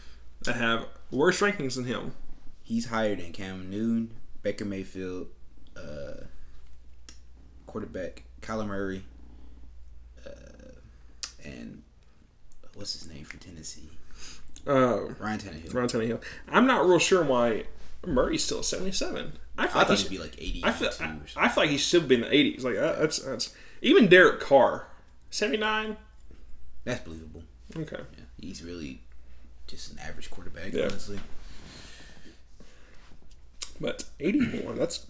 Speaker 2: that have worse rankings than him.
Speaker 1: He's higher than Cam Newton, Baker Mayfield, uh, quarterback Kyler Murray, uh, and what's his name from Tennessee?
Speaker 2: Um,
Speaker 1: Ryan Tannehill.
Speaker 2: Ron Tannehill. I'm not real sure why Murray's still at 77. I, feel
Speaker 1: I
Speaker 2: like
Speaker 1: thought
Speaker 2: he
Speaker 1: he'd be like eighty.
Speaker 2: I feel,
Speaker 1: two
Speaker 2: I,
Speaker 1: or something.
Speaker 2: I feel like he should be in the 80s. Like that, that's that's even Derek Carr, 79.
Speaker 1: That's believable.
Speaker 2: Okay.
Speaker 1: Yeah, he's really just an average quarterback,
Speaker 2: Yeah.
Speaker 1: honestly.
Speaker 2: But 81, that's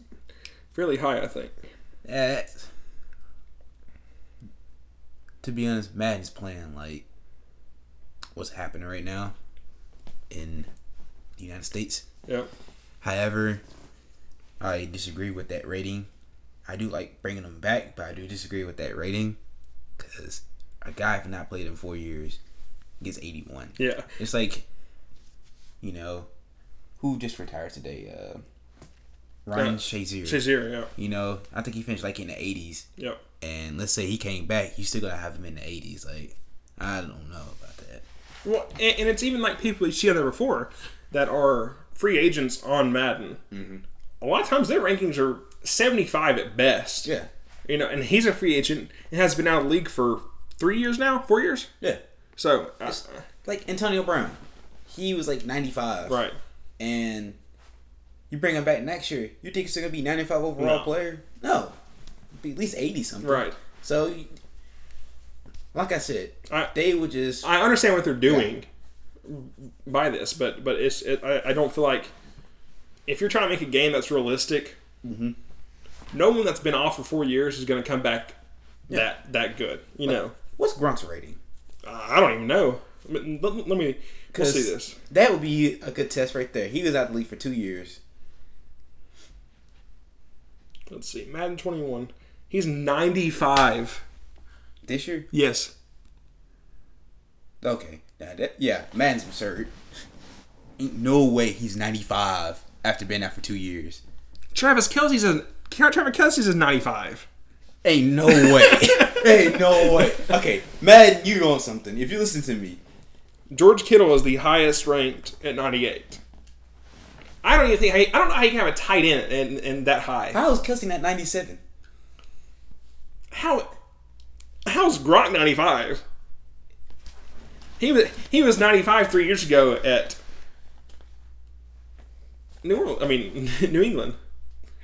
Speaker 2: fairly high, I think.
Speaker 1: Yeah, that's- to be honest, Madden's playing like what's happening right now in the United States.
Speaker 2: Yeah.
Speaker 1: However, I disagree with that rating. I do like bringing them back, but I do disagree with that rating because a guy who not played in four years gets 81.
Speaker 2: Yeah.
Speaker 1: It's like, you know, who just retired today? Uh, Ryan
Speaker 2: Yeah.
Speaker 1: Shazier.
Speaker 2: Shazier, yeah.
Speaker 1: You know, I think he finished like in the 80s,
Speaker 2: Yeah.
Speaker 1: and let's say he came back, you still gotta have him in the 80s. Like, I don't know about that.
Speaker 2: Well, and, and it's even like people you see on there before that are free agents on Madden. A lot of times their rankings are 75 at best.
Speaker 1: Yeah,
Speaker 2: You know, and he's a free agent and has been out of the league for three years now, four years.
Speaker 1: yeah.
Speaker 2: So, uh,
Speaker 1: Like Antonio Brown, he was like 95.
Speaker 2: right.
Speaker 1: and you bring him back next year, you think he's gonna be 95 overall
Speaker 2: No.
Speaker 1: player? No, be at least 80 something.
Speaker 2: Right.
Speaker 1: So, you- like I said,
Speaker 2: I-
Speaker 1: they would just
Speaker 2: I understand what they're doing by this, but but it's it, I, I don't feel like if you're trying to make a game that's realistic, Mm-hmm. no one that's been off for four years is going to come back that that good. You know,
Speaker 1: what's Gronk's rating?
Speaker 2: I I don't even know. Let, let- let me we'll see this.
Speaker 1: That would be a good test right there. He was out the league for two years.
Speaker 2: Let's see, Madden 21. He's 95.
Speaker 1: This year,
Speaker 2: Yes.
Speaker 1: okay, now that, yeah, Madden's absurd. Ain't no way he's 95 after being out for two years.
Speaker 2: Travis Kelsey's a Travis Kelsey's is 95.
Speaker 1: Ain't no way. Ain't no way. Okay, Madden, you on something? If you listen to me,
Speaker 2: George Kittle is the highest ranked at 98. I don't even think I, I don't know how you can have a tight end and, and that high.
Speaker 1: how is Kelsey not 97?
Speaker 2: how how's Gronk 95? He was he was 95 three years ago at New Orleans. I mean New England.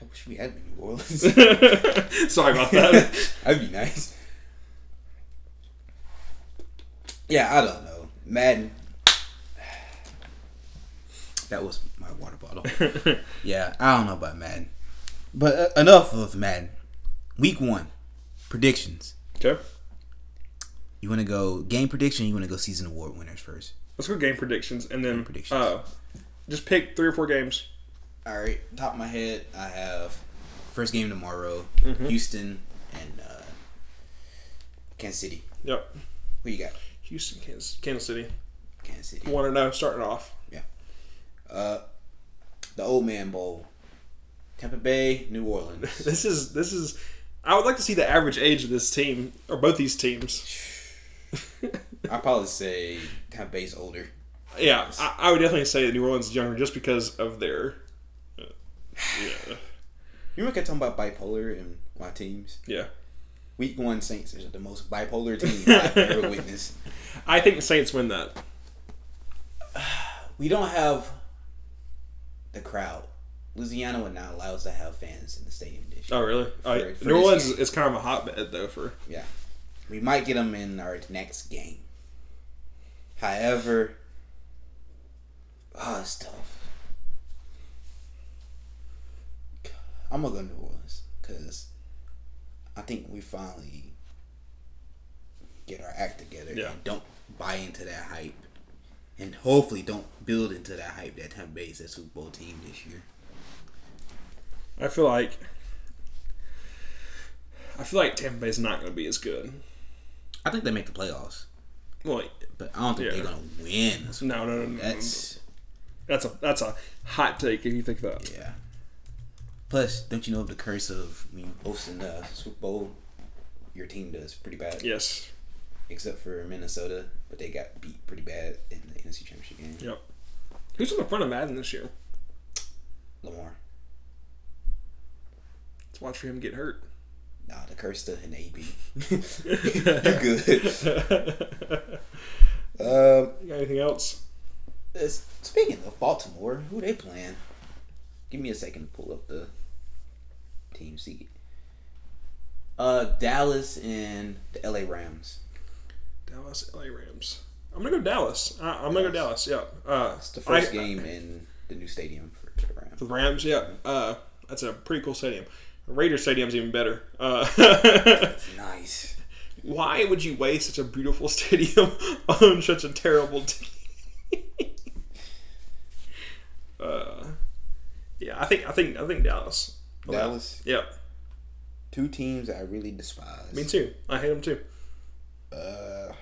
Speaker 1: I wish we had been in New Orleans.
Speaker 2: Sorry about that.
Speaker 1: That'd be nice. Yeah, I don't know. Madden. That was my water bottle. yeah, I don't know about Madden. But uh, enough of Madden. Week one predictions.
Speaker 2: okay,
Speaker 1: You want to go game prediction? You want to go season award winners first?
Speaker 2: let's go game predictions and then
Speaker 1: predictions.
Speaker 2: Uh, just pick three or four games.
Speaker 1: All right, top of my head, I have first game tomorrow, Houston and uh, Kansas City.
Speaker 2: Yep.
Speaker 1: Who you got?
Speaker 2: Houston, Kansas, Kansas City.
Speaker 1: Kansas City.
Speaker 2: One and zero starting off.
Speaker 1: Uh, the Old Man Bowl, Tampa Bay, New Orleans.
Speaker 2: This is this is. I would like to see the average age of this team or both these teams.
Speaker 1: I probably say Tampa Bay's older.
Speaker 2: Yeah, I, I would definitely say New Orleans is younger just because of their. uh, yeah.
Speaker 1: You remember I kept talking about bipolar in my teams?
Speaker 2: Yeah.
Speaker 1: Week one Saints is the most bipolar team I've ever witnessed.
Speaker 2: I think the Saints win that.
Speaker 1: We don't have the crowd. Louisiana would not allow us to have fans in the stadium this year.
Speaker 2: Oh, really? I,
Speaker 1: for
Speaker 2: New
Speaker 1: this
Speaker 2: Orleans
Speaker 1: game.
Speaker 2: is kind of a hotbed, though, for.
Speaker 1: Yeah. We might get them in our next game. However, oh, it's tough. I'm going to go New Orleans because I think we finally get our act together
Speaker 2: Yeah.
Speaker 1: and don't buy into that hype. And hopefully don't build into that hype that Tampa Bay is that Super Bowl team this year.
Speaker 2: I feel like. I feel like Tampa Bay's not going to be as good.
Speaker 1: I think they make the playoffs,
Speaker 2: Like,
Speaker 1: but I don't think
Speaker 2: Yeah.
Speaker 1: they're going to win.
Speaker 2: no, no, no, no. That's
Speaker 1: That's
Speaker 2: that's a that's a hot take if you think that.
Speaker 1: Yeah. Plus, don't you know the curse of when you hosting the Super Bowl, your team does pretty bad.
Speaker 2: Yes.
Speaker 1: Except for Minnesota, but they got beat pretty bad in the NFC Championship game.
Speaker 2: Yep. Who's on the front of Madden this year?
Speaker 1: Lamar.
Speaker 2: Let's watch for him get hurt.
Speaker 1: Nah, the curse to an AB. you good. Um,
Speaker 2: You got anything else?
Speaker 1: it's- speaking of Baltimore, who they playing? Give me a second to pull up the team seat. Uh, Dallas and the LA Rams.
Speaker 2: Dallas, LA Rams. I'm gonna go Dallas. I, I'm gonna go Dallas. Yeah. Uh,
Speaker 1: It's the first
Speaker 2: I-
Speaker 1: game in the new stadium for the Rams.
Speaker 2: The Rams. Yeah. Uh, that's a pretty cool stadium. Raider Stadium's even better. Uh,
Speaker 1: Nice.
Speaker 2: why would you waste such a beautiful stadium on such a terrible team? uh, yeah, I think I think I think Dallas.
Speaker 1: Dallas.
Speaker 2: Yeah,
Speaker 1: Two teams I really despise.
Speaker 2: me too. I hate them too.
Speaker 1: Uh,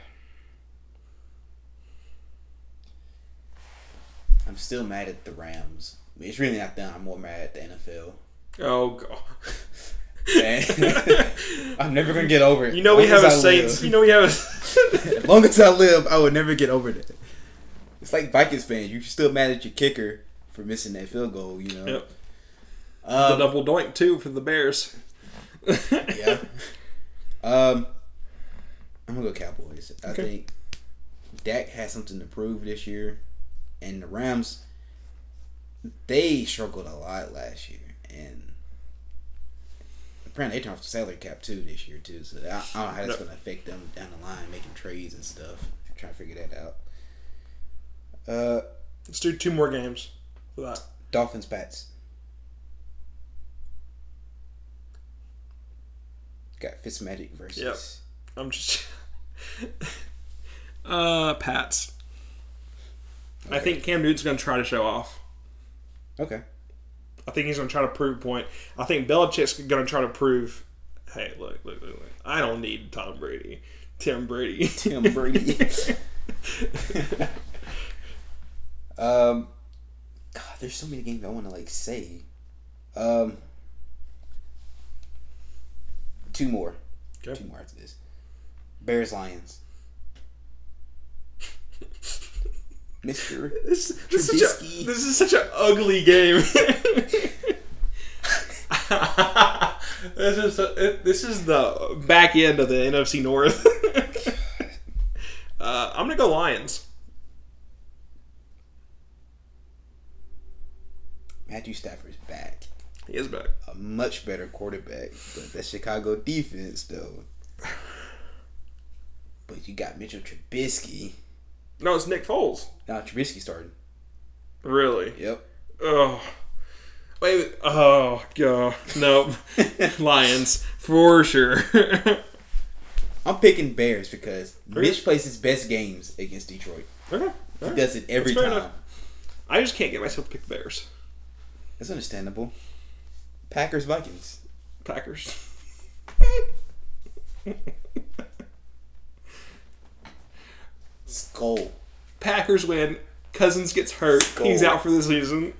Speaker 1: I'm still mad at the Rams. I mean, It's really not them. I'm more mad at the NFL.
Speaker 2: Oh god.
Speaker 1: And I'm never gonna get over it.
Speaker 2: You know we
Speaker 1: Long as
Speaker 2: have a
Speaker 1: I
Speaker 2: Saints.
Speaker 1: live-
Speaker 2: You know we have a.
Speaker 1: As long as I live, I will never get over that. It's like Vikings fans. You're still mad at your kicker for missing that field goal. You know.
Speaker 2: yep. The
Speaker 1: Um,
Speaker 2: double doink too for the Bears.
Speaker 1: yeah. Um, I'm gonna go Cowboys. I
Speaker 2: Okay.
Speaker 1: think Dak has something to prove this year, and the Rams they struggled a lot last year, and apparently they turned off the salary cap too this year too. So I, I don't know how that's gonna affect them down the line, making trades and stuff. trying to figure that out. Uh,
Speaker 2: Let's do two more games for that.
Speaker 1: Dolphins, Pats. Got Fitzmagic versus.
Speaker 2: Yep. I'm just. uh, Pats. I think Cam Newton's going to try to show off.
Speaker 1: Okay.
Speaker 2: I think he's going to try to prove a point. I think Belichick's going to try to prove, hey, look, look, look, look. I don't need Tom Brady. Tim Brady.
Speaker 1: Tim Brady. um, God, there's so many games I want to like say. Um, two more.
Speaker 2: Okay.
Speaker 1: Two more after this. Bears Lions. Mister.
Speaker 2: This, this, is such a,
Speaker 1: Trubisky.
Speaker 2: this is such an ugly game. this is it- this is the back end of the NFC North. uh, I'm gonna go Lions.
Speaker 1: Matthew Stafford's back.
Speaker 2: He is back.
Speaker 1: A much better quarterback, but that Chicago defense though. But you got Mitchell Trubisky.
Speaker 2: No, it's Nick Foles.
Speaker 1: Now Trubisky started.
Speaker 2: Really?
Speaker 1: Yep.
Speaker 2: Oh, wait. a minute. Oh, god. No, Lions for sure.
Speaker 1: I'm picking Bears because Mitch plays his best games against Detroit.
Speaker 2: okay.
Speaker 1: He does it every
Speaker 2: That's
Speaker 1: time.
Speaker 2: fair enough. I just can't get myself to pick the Bears.
Speaker 1: That's understandable. Packers Vikings.
Speaker 2: Packers.
Speaker 1: Skull.
Speaker 2: Packers win. Cousins gets hurt.
Speaker 1: Skull.
Speaker 2: He's out for the season.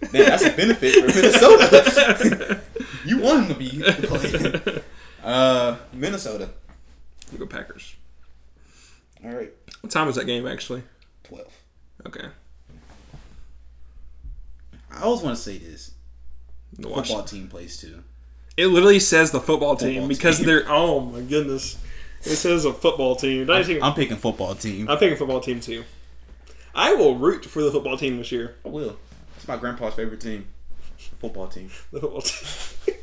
Speaker 1: Man, that's a benefit for Minnesota. you want him to be playing. Uh, Minnesota.
Speaker 2: We go Packers.
Speaker 1: All right.
Speaker 2: What time is that game actually?
Speaker 1: 12.
Speaker 2: Okay.
Speaker 1: I always want to say this.
Speaker 2: The Wash-
Speaker 5: Football team plays too.
Speaker 2: It literally says the football team
Speaker 5: Football
Speaker 2: because
Speaker 5: team.
Speaker 2: they're. Oh my goodness! It says a football team. I think, I'm,
Speaker 5: I'm picking football team.
Speaker 2: picking football team too. I will root for the football team this year.
Speaker 1: I will. It's my grandpa's favorite team. Football team.
Speaker 2: The football team.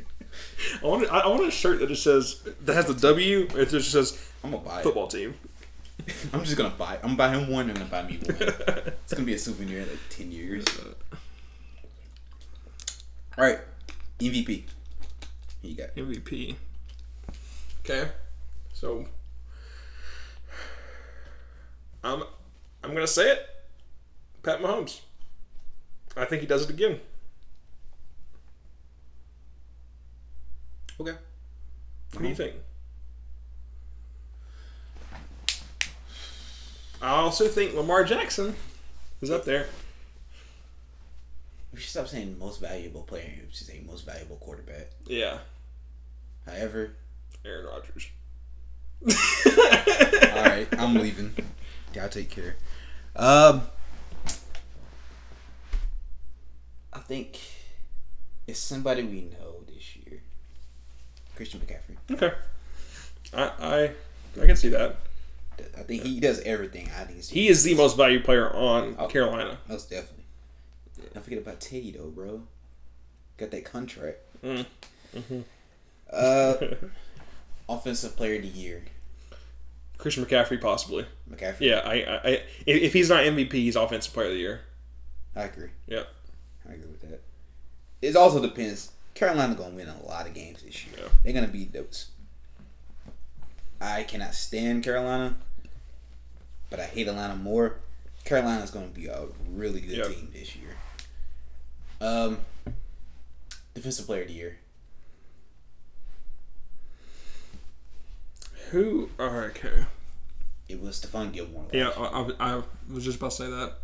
Speaker 2: I want. I want a shirt that just says that has the W. It just says
Speaker 1: I'm gonna buy it.
Speaker 2: football team.
Speaker 1: I'm just gonna buy. I'm gonna buy him one. I'm gonna buy me one. it's gonna be a souvenir in like ten years.
Speaker 5: Uh,
Speaker 1: All right, MVP. Who You got
Speaker 2: MVP. Okay, so I'm I'm gonna say it. Pat Mahomes. I think he does it again.
Speaker 1: okay.
Speaker 2: What do you think? I also think Lamar Jackson is up there.
Speaker 1: We should stop saying most valuable player. We should say most valuable quarterback.
Speaker 2: Yeah,
Speaker 1: However,
Speaker 2: Aaron Rodgers.
Speaker 1: all right, I'm leaving. Y'all take care. Um, I think it's somebody we know this year. Christian McCaffrey.
Speaker 2: Okay. I I I can see that.
Speaker 1: I think he does everything. I think it's
Speaker 2: He is the most valued player on
Speaker 1: Oh.
Speaker 2: Carolina.
Speaker 1: Most definitely. Don't forget about Teddy though, bro. Got that contract.
Speaker 2: Mm.
Speaker 1: Uh, offensive player of the year,
Speaker 2: Christian McCaffrey possibly.
Speaker 1: McCaffrey.
Speaker 2: Yeah, I, I, I if, if he's not MVP, he's offensive player of the year.
Speaker 1: I agree.
Speaker 2: Yep.
Speaker 1: I agree with that. It also depends. Carolina gonna win a lot of games this year.
Speaker 2: Yeah.
Speaker 1: They're gonna beat those. I cannot stand Carolina, but I hate Atlanta more. Carolina's gonna be a really good
Speaker 2: Yeah.
Speaker 1: team this year. Um, defensive player of the year.
Speaker 2: Who? Oh, okay.
Speaker 1: It was Stephon Gilmore. last
Speaker 2: Yeah, I, I, I was just about to say that.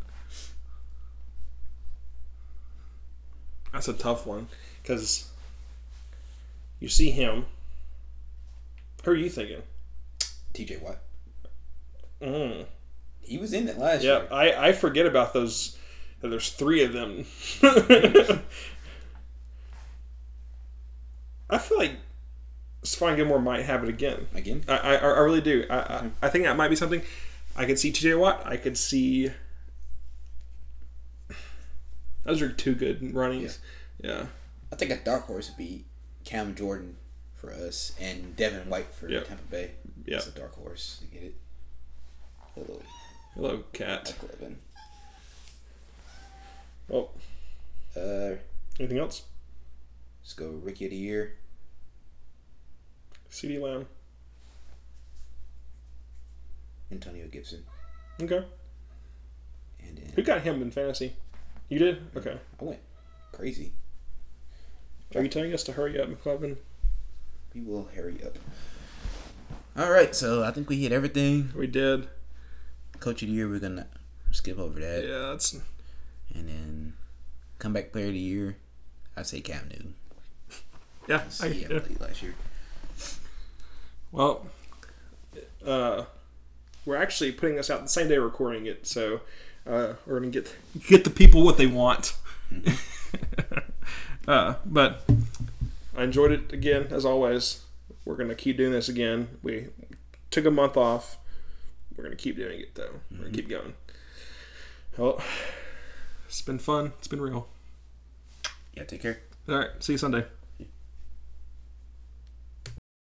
Speaker 2: That's a tough one because you see him. Who are you thinking?
Speaker 1: TJ Watt.
Speaker 2: Mm.
Speaker 1: He was in it last
Speaker 2: Yeah,
Speaker 1: year.
Speaker 2: I, I forget about those. that There's three of them. I feel like Stephon Gilmore might have it again.
Speaker 1: Again?
Speaker 2: I, I, I really do. I, I, I think that might be something. I could see TJ Watt. I could see. Those are two good runnings. Yeah.
Speaker 1: I think a dark horse would be Cam Jordan for us and Devin White for
Speaker 2: Yeah.
Speaker 1: Tampa Bay.
Speaker 2: Yeah.
Speaker 1: It's a dark horse. You get it? Hello,
Speaker 2: Hello, cat.
Speaker 1: Clevin.
Speaker 2: Well,
Speaker 1: Uh,
Speaker 2: anything else?
Speaker 1: let's go Rookie of the Year.
Speaker 2: CD Lamb.
Speaker 1: Antonio Gibson.
Speaker 2: Okay.
Speaker 1: And
Speaker 2: Who
Speaker 1: then
Speaker 2: got him in fantasy? You did? Okay.
Speaker 1: I went crazy.
Speaker 2: Are you telling us to hurry up, McLevin?
Speaker 1: We will hurry up. All right, so I think we hit everything.
Speaker 2: We did.
Speaker 1: Coach of the Year, we're gonna skip over that,
Speaker 2: Yeah, that's.
Speaker 1: and then comeback player of the year. I say Cam Newton.
Speaker 2: Yeah. I,
Speaker 1: See
Speaker 2: yeah.
Speaker 1: him late last year.
Speaker 2: Well, uh, we're actually putting this out the same day we're recording it, so uh, we're gonna get get the people what they want. uh, but I enjoyed it again, as always. We're gonna keep doing this again. We took a month off. We're gonna keep doing it though. We're gonna keep going. Well, it's been fun. It's been real.
Speaker 1: Yeah, take care.
Speaker 2: All right. See you Sunday.